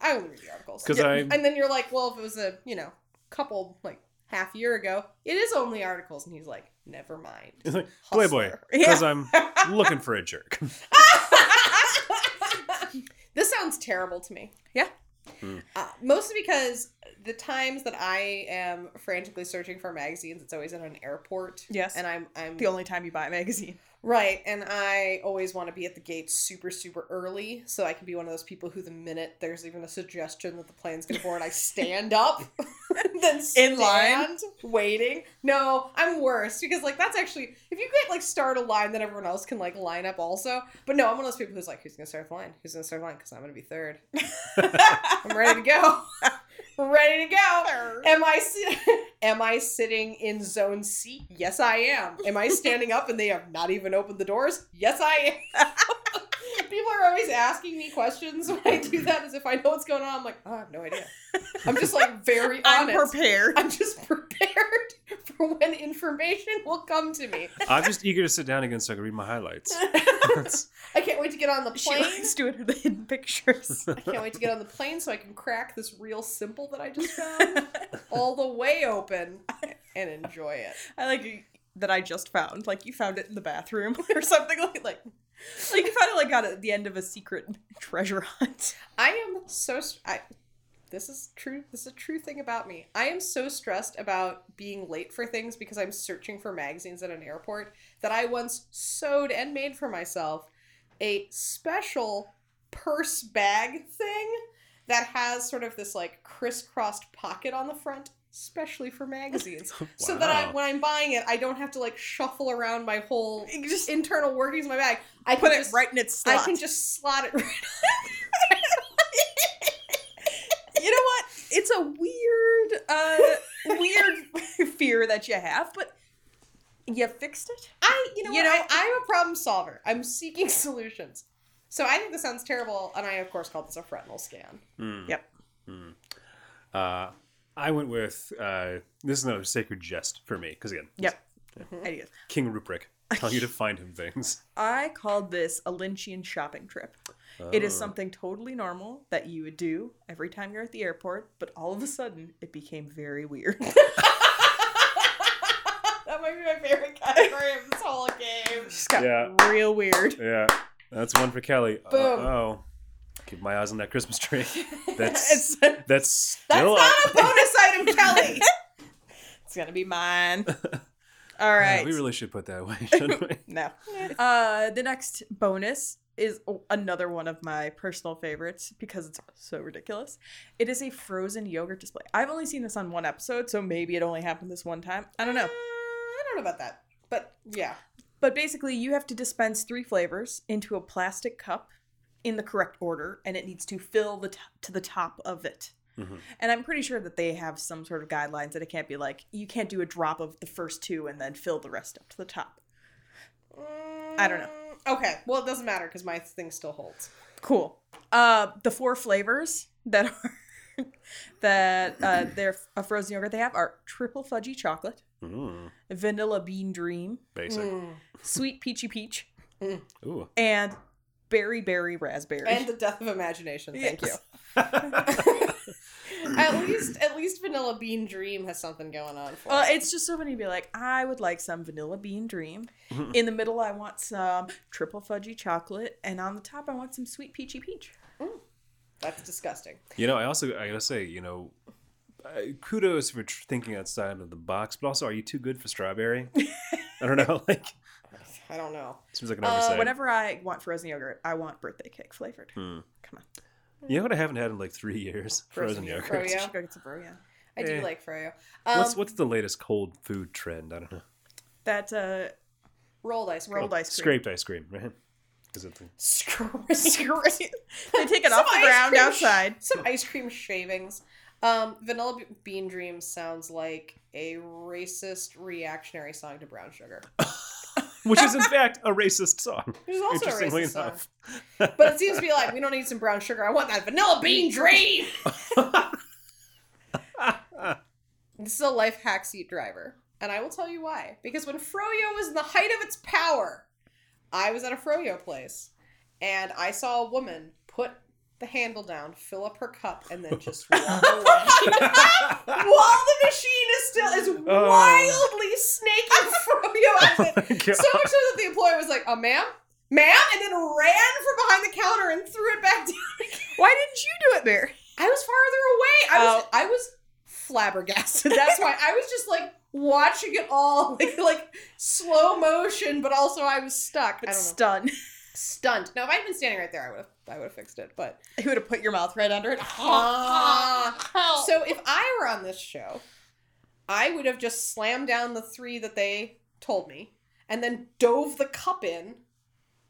Speaker 1: I only read the articles.
Speaker 3: Because
Speaker 2: Yeah.
Speaker 3: I'm
Speaker 1: And then you're like, well, if it was a you know couple like half year ago, it is only articles, and he's like, never mind.
Speaker 3: it's like, Playboy.
Speaker 1: Hustler.
Speaker 3: Because I'm looking for a jerk.
Speaker 1: this sounds terrible to me.
Speaker 2: Yeah.
Speaker 3: Hmm.
Speaker 1: Uh, mostly because the times that I am frantically searching for magazines, it's always at an airport.
Speaker 2: Yes.
Speaker 1: And I'm I'm
Speaker 2: the only time you buy a magazine.
Speaker 1: right, and I always want to be at the gate super super early so I can be one of those people who the minute there's even a suggestion that the plane's gonna board, I stand up, then stand
Speaker 2: In line?
Speaker 1: waiting. No, I'm worse because like that's actually if you get like start a line that everyone else can like line up also. But no, I'm one of those people who's like, who's gonna start the line? Who's gonna start the line? Because I'm gonna be third. I'm ready to go. I'm ready to go. Am I sit- am I sitting in zone C? Yes, I am. Am I standing up and they have not even opened the doors? Yes, I am. People are always asking me questions when I do that, as if I know what's going on. I'm like, oh, I have no idea. I'm just like very
Speaker 2: I'm
Speaker 1: honest.
Speaker 2: prepared.
Speaker 1: I'm just prepared for when information will come to me.
Speaker 3: I'm just eager to sit down again so I can read my highlights. That's-
Speaker 1: I can't wait to get on the
Speaker 2: She
Speaker 1: plane.
Speaker 2: likes doing her hidden pictures.
Speaker 1: I can't wait to get on the plane so I can crack this real simple that I just found all the way open and enjoy it.
Speaker 2: I like that I just found. Like you found it in the bathroom or something like like like you found it like out at the end of a secret treasure hunt.
Speaker 1: I am so st- I this is true this is a true thing about me. I am so stressed about being late for things because I'm searching for magazines at an airport that I once sewed and made for myself a special purse bag thing that has sort of this like crisscrossed pocket on the front especially for magazines so that I,
Speaker 3: Wow.
Speaker 1: when i'm buying it i don't have to like shuffle around my whole
Speaker 2: You just
Speaker 1: internal workings of my bag i can
Speaker 2: put it
Speaker 1: just-
Speaker 2: right in its
Speaker 1: i
Speaker 2: slot.
Speaker 1: can just slot it right
Speaker 2: you know what? It's a weird uh weird fear that you have, but you fixed it.
Speaker 1: I, you know,
Speaker 2: You
Speaker 1: what? I,
Speaker 2: know,
Speaker 1: I'm a problem solver. I'm seeking solutions. So I think this sounds terrible, and I of course call this a frontal scan.
Speaker 3: Hmm.
Speaker 2: Yep.
Speaker 3: Hmm. Uh, I went with uh, this is another sacred jest for me because again,
Speaker 2: Yep. I did.
Speaker 3: King Ruprecht telling you to find him things.
Speaker 2: I called this a Lynchian shopping trip. It is
Speaker 3: Oh.
Speaker 2: something totally normal that you would do every time you're at the airport, but all of a sudden it became very weird.
Speaker 1: that might be my favorite category of this whole game.
Speaker 2: Just got
Speaker 3: Yeah.
Speaker 2: real weird.
Speaker 3: Oh. Yeah, that's one for Kelly.
Speaker 1: Boom.
Speaker 3: Oh, keep my eyes on that Christmas tree. That's
Speaker 2: It's,
Speaker 3: that's
Speaker 1: That's
Speaker 3: still
Speaker 1: not a bonus item, Kelly.
Speaker 2: it's gonna be mine. All
Speaker 3: Yeah,
Speaker 2: right.
Speaker 3: we really should put that away, shouldn't we?
Speaker 2: no. Uh, the next bonus is another one of my personal favorites because it's so ridiculous. It is a frozen yogurt display. I've only seen this on one episode, so maybe it only happened this one time. I don't know.
Speaker 1: Uh, I don't know about that, but yeah.
Speaker 2: But basically, you have to dispense three flavors into a plastic cup in the correct order, and it needs to fill the t- to the top of it.
Speaker 3: Mhm.
Speaker 2: And I'm pretty sure that they have some sort of guidelines that it can't be like you can't do a drop of the first two and then fill the rest up to the top.
Speaker 1: Mm.
Speaker 2: I don't
Speaker 1: know. Okay, well it doesn't matter because my thing still holds.
Speaker 2: Cool. Uh, the four flavors that are that uh, they're a frozen yogurt they have are triple fudgy chocolate,
Speaker 3: Mm,
Speaker 2: vanilla bean dream,
Speaker 3: basic.
Speaker 1: Mm.
Speaker 2: sweet peachy peach,
Speaker 3: Ooh.
Speaker 2: and berry berry raspberry.
Speaker 1: And the death of imagination. Thank
Speaker 2: Yes.
Speaker 1: you. At least, at least Vanilla Bean Dream has something going on for
Speaker 2: Well,
Speaker 1: it.
Speaker 2: Uh, it's just so funny to be like, I would like some vanilla bean dream. In the middle, I want some triple fudgy chocolate, and on the top, I want some sweet peachy peach.
Speaker 1: That's disgusting.
Speaker 3: You know, I also I gotta say, you know, uh, kudos for tr- thinking outside of the box, but also, are you too good for strawberry? I don't know. Like,
Speaker 1: I don't know.
Speaker 3: seems like an
Speaker 2: Uh,
Speaker 3: oversight.
Speaker 2: whenever I want frozen yogurt, I want birthday cake flavored.
Speaker 3: Hmm.
Speaker 2: Come on,
Speaker 3: You know what I haven't had in like three years?
Speaker 1: Frozen
Speaker 3: Frozen, yogurt.
Speaker 1: yogurt.
Speaker 2: I
Speaker 1: Yeah.
Speaker 2: should go get some bro, yeah.
Speaker 1: I do
Speaker 3: Eh.
Speaker 1: like Froyo. Um,
Speaker 3: What's what's the latest cold food trend? I don't know.
Speaker 2: That uh,
Speaker 1: rolled ice cream.
Speaker 2: rolled ice cream.
Speaker 3: Scraped ice cream, right? Is it the...
Speaker 1: Screw-
Speaker 2: they take it
Speaker 1: Some
Speaker 2: off the
Speaker 1: ice
Speaker 2: ground
Speaker 1: cream sh-
Speaker 2: outside.
Speaker 1: Some ice cream shavings. Um, Vanilla Be- Bean Dream sounds like a racist reactionary song to brown sugar,
Speaker 3: which is in fact a racist song?
Speaker 1: which is also a
Speaker 3: Interestingly
Speaker 1: racist
Speaker 3: enough,
Speaker 1: song. But it seems to be like we don't need some brown sugar. I want that Vanilla Bean Dream. this is a life hack seat driver, and I will tell you why. Because when Froyo was in the height of its power, I was at a Froyo place, and I saw a woman put the handle down, fill up her cup, and then just walk away. while the machine is still is
Speaker 3: Oh.
Speaker 1: wildly snaking Froyo out of it.
Speaker 3: my God.
Speaker 1: So much so that the employee was like, "Oh, ma'am, ma'am," and then ran from behind the counter and threw it back down.
Speaker 2: Why didn't you do it, Mary?
Speaker 1: I was farther away. I was I was flabbergasted. That's why I was just like watching it all, like like slow motion, but also I was stuck. I
Speaker 2: But
Speaker 1: don't know.
Speaker 2: stunned.
Speaker 1: stunned. Now if I'd been standing right there, I would have I would have fixed it. But
Speaker 2: He would have put your mouth right under it. so
Speaker 1: so if I were on this show, I would have just slammed down the three that they told me, and then dove the cup in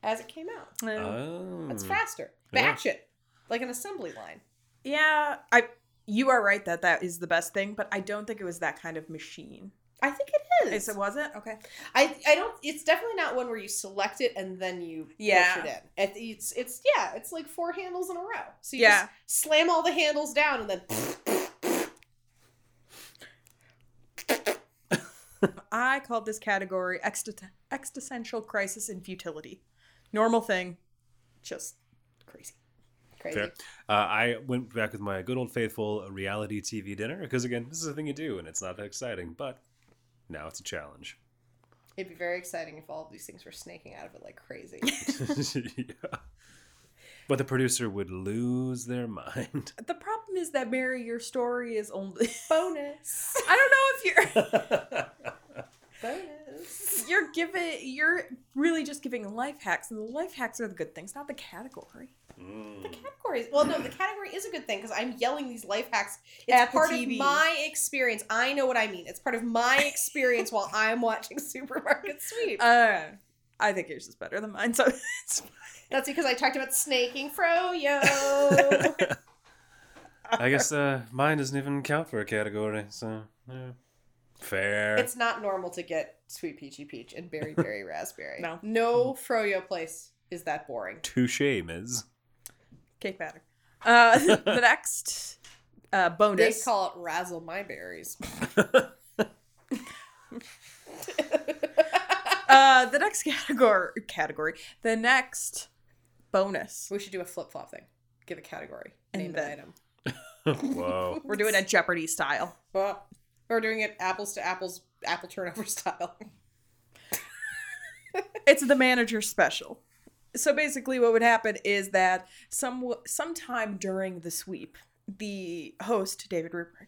Speaker 1: as it came out.
Speaker 3: Oh.
Speaker 2: Hmm.
Speaker 1: That's faster.
Speaker 3: Yeah.
Speaker 1: Batch it like an assembly line.
Speaker 2: yeah, I. You are right that that is the best thing, but I don't think it was that kind of machine.
Speaker 1: I think it is.
Speaker 2: Is it was it? Okay.
Speaker 1: I I don't. It's definitely not one where you select it and then you
Speaker 2: Yeah.
Speaker 1: push it in. It, it's it's yeah. It's like four handles in a row. So you
Speaker 2: Yeah.
Speaker 1: just slam all the handles down and then
Speaker 2: I called this category exist- existential crisis and futility. Normal thing, just crazy.
Speaker 1: crazy.
Speaker 3: Fair. Uh, I went back with my good old faithful reality TV dinner because again, this is a thing you do, and it's not that exciting, but now it's a challenge.
Speaker 1: It'd be very exciting if all of these things were snaking out of it like crazy.
Speaker 3: yeah. But the producer would lose their mind.
Speaker 2: The problem is that Mary, your story is only.
Speaker 1: Bonus.
Speaker 2: I don't know if
Speaker 1: Bonus.
Speaker 2: you're you're giving you're really just giving life hacks, and the life hacks are the good things, not the category.
Speaker 3: Mm.
Speaker 1: Categories. Well, no, the category is a good thing because I'm yelling these life hacks. It's
Speaker 2: At the
Speaker 1: part of
Speaker 2: TV.
Speaker 1: my experience. I know what I mean. It's part of my experience while I'm watching Supermarket Sweep.
Speaker 2: Uh, I think yours is better than mine. So it's
Speaker 1: That's because I talked about snaking Froyo.
Speaker 3: I guess uh, mine doesn't even count for a category, so yeah. fair.
Speaker 1: it's not normal to get sweet peachy peach and berry berry raspberry.
Speaker 2: No.
Speaker 1: no Froyo place is that boring.
Speaker 3: Touche, Ms.
Speaker 2: cake batter. Uh, the next uh,
Speaker 1: They
Speaker 2: bonus.
Speaker 1: call it razzle my berries.
Speaker 2: uh, the next category category. The next bonus.
Speaker 1: We should do a flip flop thing. Give a category,
Speaker 2: And
Speaker 1: name
Speaker 2: then-
Speaker 1: an item.
Speaker 3: Whoa.
Speaker 2: We're doing a Jeopardy style.
Speaker 1: Well, we're doing it apples to apples, apple turnover style.
Speaker 2: It's the manager special. So basically, what would happen is that some sometime during the sweep, the host David Rubrick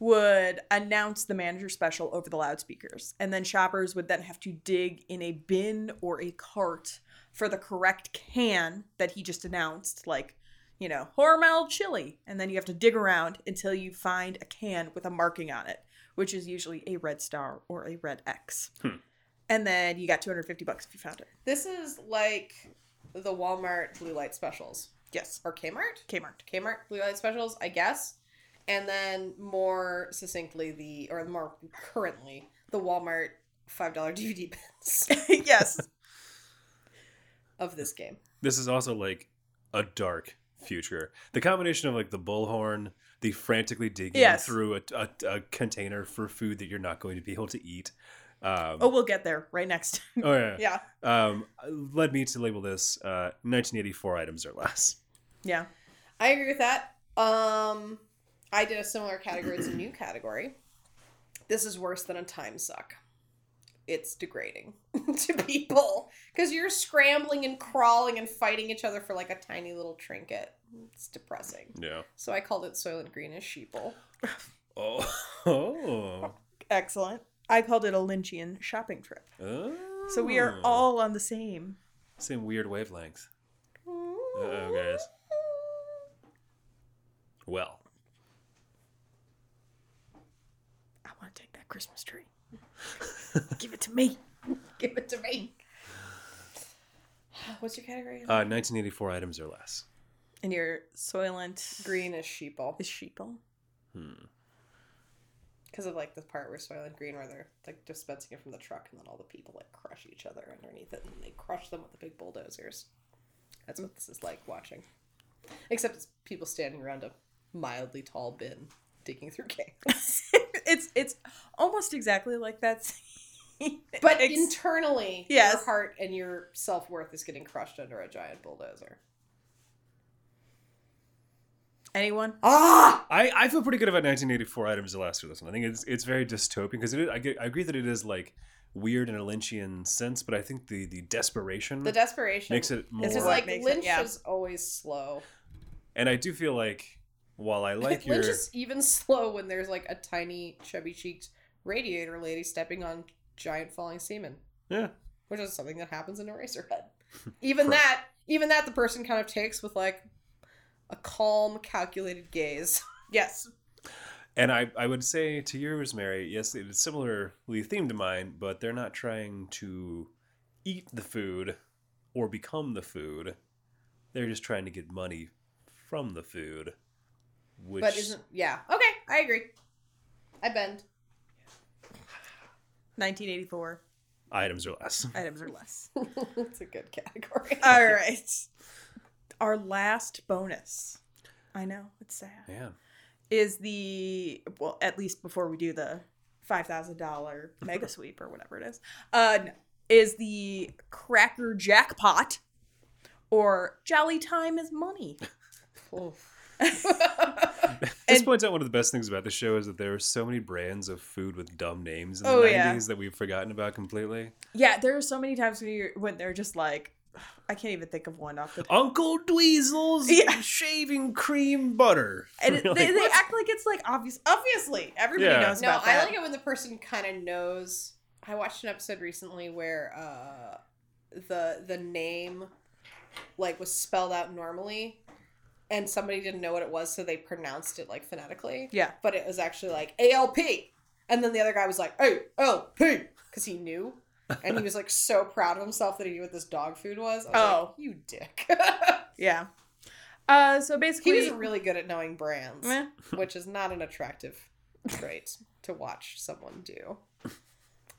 Speaker 2: would announce the manager special over the loudspeakers, and then shoppers would then have to dig in a bin or a cart for the correct can that he just announced, like you know Hormel chili, and then you have to dig around until you find a can with a marking on it, which is usually a red star or a red X. And then you got 250 bucks if you found it.
Speaker 1: This is like the Walmart blue light specials
Speaker 2: Yes.
Speaker 1: or Kmart,
Speaker 2: Kmart.
Speaker 1: Kmart blue light specials, I guess. And then more succinctly, the or more currently, the Walmart five dollar DVD bins
Speaker 2: yes.
Speaker 1: of this game.
Speaker 3: This is also like a dark future. The combination of like the bullhorn, the frantically digging
Speaker 2: Yes.
Speaker 3: through a, a, a container for food that you're not going to be able to eat. Um,
Speaker 2: Oh, we'll get there right next.
Speaker 3: oh, yeah.
Speaker 1: Yeah,
Speaker 3: Um, led me to label this uh, 1984 items or less.
Speaker 2: yeah.
Speaker 1: I agree with that. Um, I did a similar category. It's a new category. This is worse than a time suck. It's degrading to people because you're scrambling and crawling and fighting each other for like a tiny little trinket. It's depressing.
Speaker 3: Yeah.
Speaker 1: So I called it Soylent Green is sheeple.
Speaker 3: Oh. Oh.
Speaker 2: Excellent. I called it a Lynchian shopping trip. So we are
Speaker 3: Oh.
Speaker 2: all on the same.
Speaker 3: Same weird wavelength. Uh-oh, guys. Well.
Speaker 2: I want to take that Christmas tree. Give it to me.
Speaker 1: Give it to me. What's your category?
Speaker 3: Uh, 1984 items or less.
Speaker 2: And your Soylent
Speaker 1: green is sheeple
Speaker 2: is sheeple.
Speaker 1: because of like the part where Soylent Green where they're like dispensing it from the truck and then all the people like crush each other underneath it and they crush them with the big bulldozers. That's what this is like watching. Except it's people standing around a mildly tall bin digging through cans.
Speaker 2: it's it's almost exactly like that. scene.
Speaker 1: But
Speaker 2: Ex-
Speaker 1: internally,
Speaker 2: Yes.
Speaker 1: your heart and your self worth is getting crushed under a giant bulldozer.
Speaker 2: anyone?
Speaker 1: Ah!
Speaker 3: I, I feel pretty good about 1984 items or less for this one. I think it's it's very dystopian because it is, I, get, I agree that it is like weird in a Lynchian sense, but I think the the desperation
Speaker 1: The desperation
Speaker 3: makes it more.
Speaker 1: It's just
Speaker 2: What
Speaker 1: like
Speaker 2: makes it-
Speaker 1: Lynch
Speaker 2: yeah.
Speaker 1: is always slow.
Speaker 3: and I do feel like While I like your
Speaker 1: Lynch is even slow when there's like a tiny, chubby cheeked radiator lady stepping on giant falling semen,
Speaker 3: yeah,
Speaker 1: which is something that happens in Eraserhead. Even
Speaker 3: Correct.
Speaker 1: that, even that, the person kind of takes with like a calm, calculated gaze.
Speaker 2: Yes.
Speaker 3: And I, I would say to yours, Mary, yes, it is similarly themed to mine, but they're not trying to eat the food or become the food. They're just trying to get money from the food. Which
Speaker 1: But isn't yeah okay? I agree. I bend.
Speaker 2: 1984
Speaker 3: items are less.
Speaker 2: items or less.
Speaker 1: That's a good category.
Speaker 2: All right. Our last bonus. I know, it's sad.
Speaker 3: Yeah.
Speaker 2: Is the well, at least before we do the five thousand dollar mega sweep or whatever it is, uh, no, is the cracker jackpot or jolly time is money.
Speaker 3: This
Speaker 2: And-
Speaker 3: points out one of the best things about the show is that there are so many brands of food with dumb names in the
Speaker 2: Oh,
Speaker 3: 90s
Speaker 2: yeah.
Speaker 3: that we've forgotten about completely.
Speaker 2: Yeah, there are so many times when you're when they're just like, I can't even think of one off the
Speaker 3: Uncle Dweezel's
Speaker 2: Yeah.
Speaker 3: shaving cream butter.
Speaker 2: And it,
Speaker 3: You're
Speaker 2: they,
Speaker 3: like,
Speaker 2: they act like it's like obvious. Obviously, everybody
Speaker 3: Yeah.
Speaker 2: knows
Speaker 1: No,
Speaker 2: about
Speaker 1: I
Speaker 2: that.
Speaker 1: like it when the person kind of knows. I watched an episode recently where uh, the the name like was spelled out normally, and somebody didn't know what it was, so they pronounced it like phonetically.
Speaker 2: Yeah.
Speaker 1: but it was actually like ALP, and then the other guy was like ALP because he knew, and he was like so proud of himself that he knew what this dog food was. I was like,
Speaker 2: Oh.
Speaker 1: you dick!
Speaker 2: yeah. Uh, so
Speaker 1: he
Speaker 2: basically,
Speaker 1: was really good at knowing brands,
Speaker 2: Eh.
Speaker 1: which is not an attractive trait to watch someone do.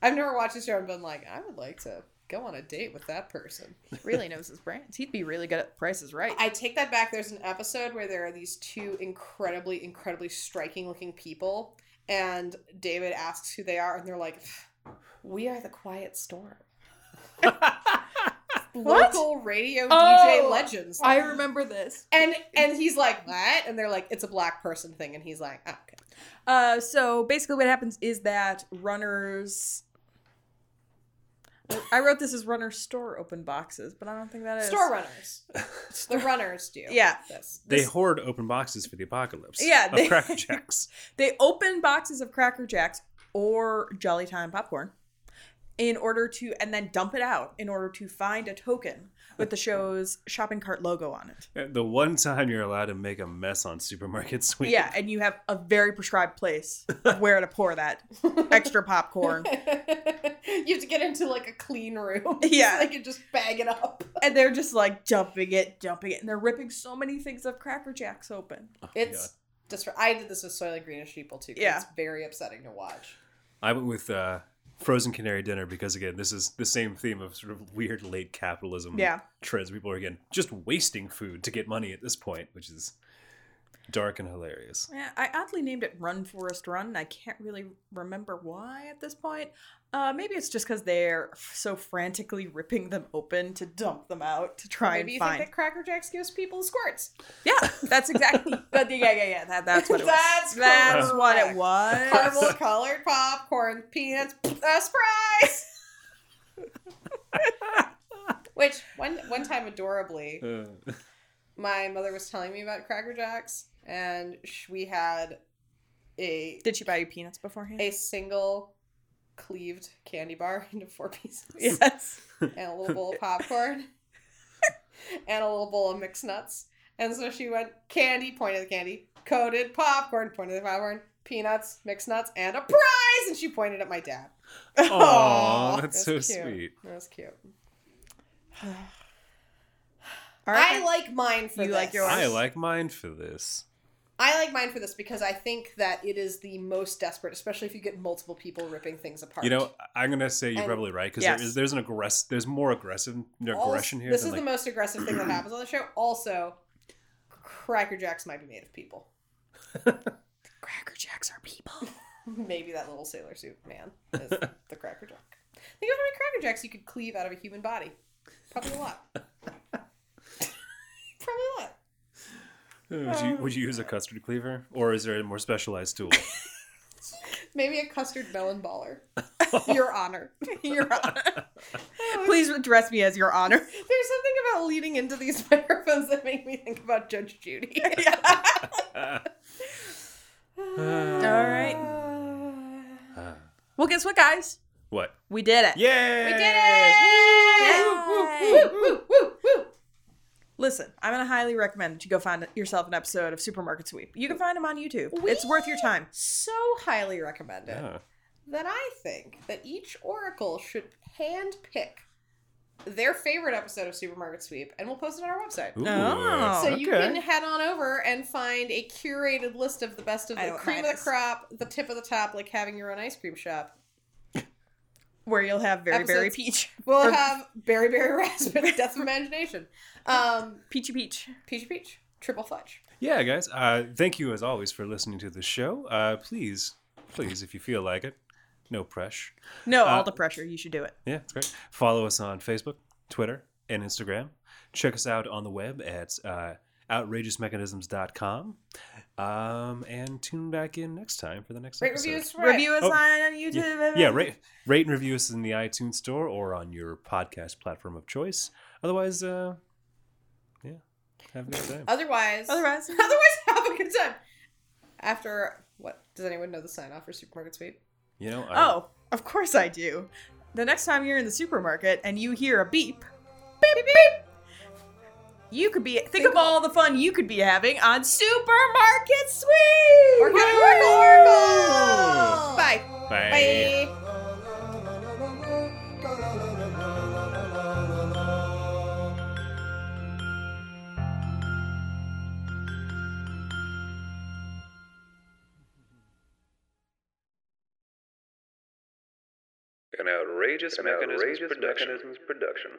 Speaker 1: I've never watched this show and been like, I would like to go on a date with that person.
Speaker 2: really knows his brands. He'd be really good at prices, right?
Speaker 1: I take that back. There's an episode where there are these two incredibly, incredibly striking looking people, and David asks who they are, and they're like, We are the Quiet Storm.
Speaker 2: What?
Speaker 1: Local radio
Speaker 2: Oh,
Speaker 1: DJ legends.
Speaker 2: I remember this.
Speaker 1: and and he's like, What? And they're like, It's a black person thing. And he's like, oh, Okay.
Speaker 2: Uh, so basically, what happens is that runners. I wrote this as runner store open boxes, but I don't think that is
Speaker 1: Store runners. the runners do.
Speaker 2: Yeah.
Speaker 1: This.
Speaker 3: They
Speaker 2: This-
Speaker 3: hoard open boxes for the apocalypse.
Speaker 2: Yeah,
Speaker 3: of
Speaker 2: they-
Speaker 3: Cracker Jacks.
Speaker 2: They open boxes of Cracker Jacks or Jolly Time popcorn in order to, and then dump it out in order to find a token with the show's shopping cart logo on it.
Speaker 3: The one time you're allowed to make a mess on supermarket sweep.
Speaker 2: Yeah, and you have a very prescribed place of where to pour that extra popcorn.
Speaker 1: you have to get into like a clean room.
Speaker 2: Yeah.
Speaker 1: so they can just bag it up.
Speaker 2: And they're just like dumping it, dumping it, and they're ripping so many things of Cracker Jacks open.
Speaker 3: Oh,
Speaker 1: It's
Speaker 3: God.
Speaker 1: just. I did this with Soylent Green and Sheeple too. 'cause
Speaker 2: Yeah.
Speaker 1: It's very upsetting to watch.
Speaker 3: I went with uh, frozen canary dinner because again, this is the same theme of sort of weird late capitalism.
Speaker 2: Yeah.
Speaker 3: Trends people are again just wasting food to get money at this point, which is dark and hilarious.
Speaker 2: Yeah, Eh, I oddly named it Run Forest Run, and I can't really remember why at this point. Uh, maybe it's just because they're f- so frantically ripping them open to dump them out to try
Speaker 1: Maybe you
Speaker 2: and find.
Speaker 1: think that Cracker Jacks gives people squirts.
Speaker 2: Yeah, that's exactly. but yeah, yeah, yeah. That, that's what it was.
Speaker 1: That's
Speaker 2: That's what it
Speaker 1: correct.
Speaker 2: was.
Speaker 1: Caramel colored popcorn, peanuts, a surprise. Which one one time adorably,
Speaker 3: Uh,
Speaker 1: my mother was telling me about Cracker Jacks, and sh- we had a
Speaker 2: Did she buy you peanuts beforehand?
Speaker 1: a single cleaved candy bar into four pieces
Speaker 2: Yes.
Speaker 1: and a little bowl of popcorn and a little bowl of mixed nuts. And so she went candy, pointed at the candy, coated popcorn, pointed at the popcorn, peanuts, mixed nuts, and a prize. And she pointed at my dad.
Speaker 3: Aw, that's so
Speaker 1: cute.
Speaker 3: sweet.
Speaker 1: That was cute.
Speaker 2: All
Speaker 1: I like mine for
Speaker 2: You
Speaker 1: this.
Speaker 2: like yours?
Speaker 3: I like mine for this.
Speaker 1: I like mine for this because I think that it is the most desperate, especially if you get multiple people ripping things apart.
Speaker 3: You know, I'm gonna say you're
Speaker 1: And-
Speaker 3: probably right because
Speaker 2: Yes.
Speaker 3: there is there's an aggress there's more aggressive
Speaker 1: Also-
Speaker 3: aggression here.
Speaker 1: This
Speaker 3: than
Speaker 1: is
Speaker 3: like,
Speaker 1: the most aggressive thing that happens on the show. Also, Cracker Jacks might be made of people.
Speaker 2: Cracker Jacks are people.
Speaker 1: Maybe that little sailor suit man is the Cracker Jack. Think of how many Cracker Jacks you could cleave out of a human body. Probably a lot. Probably a lot.
Speaker 3: "Oh, Uh, would, you, would you use a custard cleaver, or is there a more specialized tool?
Speaker 1: Maybe a custard melon baller. Your honor.
Speaker 2: Your Honor. Please address me as Your Honor.
Speaker 1: There's something about leading into these microphones that make me think about Judge Judy.
Speaker 3: Uh,
Speaker 2: All right.
Speaker 1: Uh,
Speaker 2: Well, guess what, guys?
Speaker 3: What?
Speaker 2: We did it.
Speaker 3: Yeah.
Speaker 1: We did it! Woo, woo, woo, woo, woo.
Speaker 2: Listen, I'm gonna highly recommend that you go find yourself an episode of Supermarket Sweep. You can find them on YouTube. It's worth your time.
Speaker 1: So highly recommend it
Speaker 3: Yeah.
Speaker 1: that I think that each oracle should hand pick their favorite episode of Supermarket Sweep and we'll post it on our website.
Speaker 3: Ooh.
Speaker 2: Oh.
Speaker 1: So you
Speaker 3: okay.
Speaker 1: can head on over and find a curated list of the best of
Speaker 2: I
Speaker 1: the
Speaker 2: don't
Speaker 1: cream
Speaker 2: mind
Speaker 1: of the
Speaker 2: this.
Speaker 1: crop, the tip of the top, like having your own ice cream shop.
Speaker 2: Where you'll have very, very
Speaker 1: Episodes.
Speaker 2: peach,
Speaker 1: We'll
Speaker 2: Or-
Speaker 1: have Berry Berry Raspberry, Death of Imagination, um,
Speaker 2: peachy peach.
Speaker 1: Peachy Peach, Triple Fudge.
Speaker 3: Yeah, guys. Uh, thank you as always for listening to the show. Uh, please, please, if you feel like it, no pressure.
Speaker 2: No,
Speaker 3: Uh,
Speaker 2: all the pressure. You should do it.
Speaker 3: Yeah, it's great. Follow us on Facebook, Twitter, and Instagram. Check us out on the web at uh, outrageousmechanisms.com. Um, and tune back in next time for the next
Speaker 1: Great
Speaker 3: episode.
Speaker 1: reviews.
Speaker 2: Review us
Speaker 3: Oh.
Speaker 2: on YouTube.
Speaker 3: Yeah, rate, rate and review us in the iTunes store or on your podcast platform of choice. Otherwise, uh, yeah, have a good time.
Speaker 2: Oh.
Speaker 1: Otherwise,
Speaker 2: Otherwise,
Speaker 1: otherwise, have a good time. After what? Does anyone know the sign off for Supermarket Sweep?
Speaker 3: You know, I-
Speaker 2: oh, of course I do. The next time you're in the supermarket and you hear a beep, beep, beep, you could be think, of
Speaker 1: of-
Speaker 2: all the fun you could be having on Supermarket Sweep.
Speaker 1: Oracle,
Speaker 2: Woo!
Speaker 1: Oracle, Oracle! Bye.
Speaker 3: bye.
Speaker 1: Bye.
Speaker 4: An outrageous, mechanisms, production.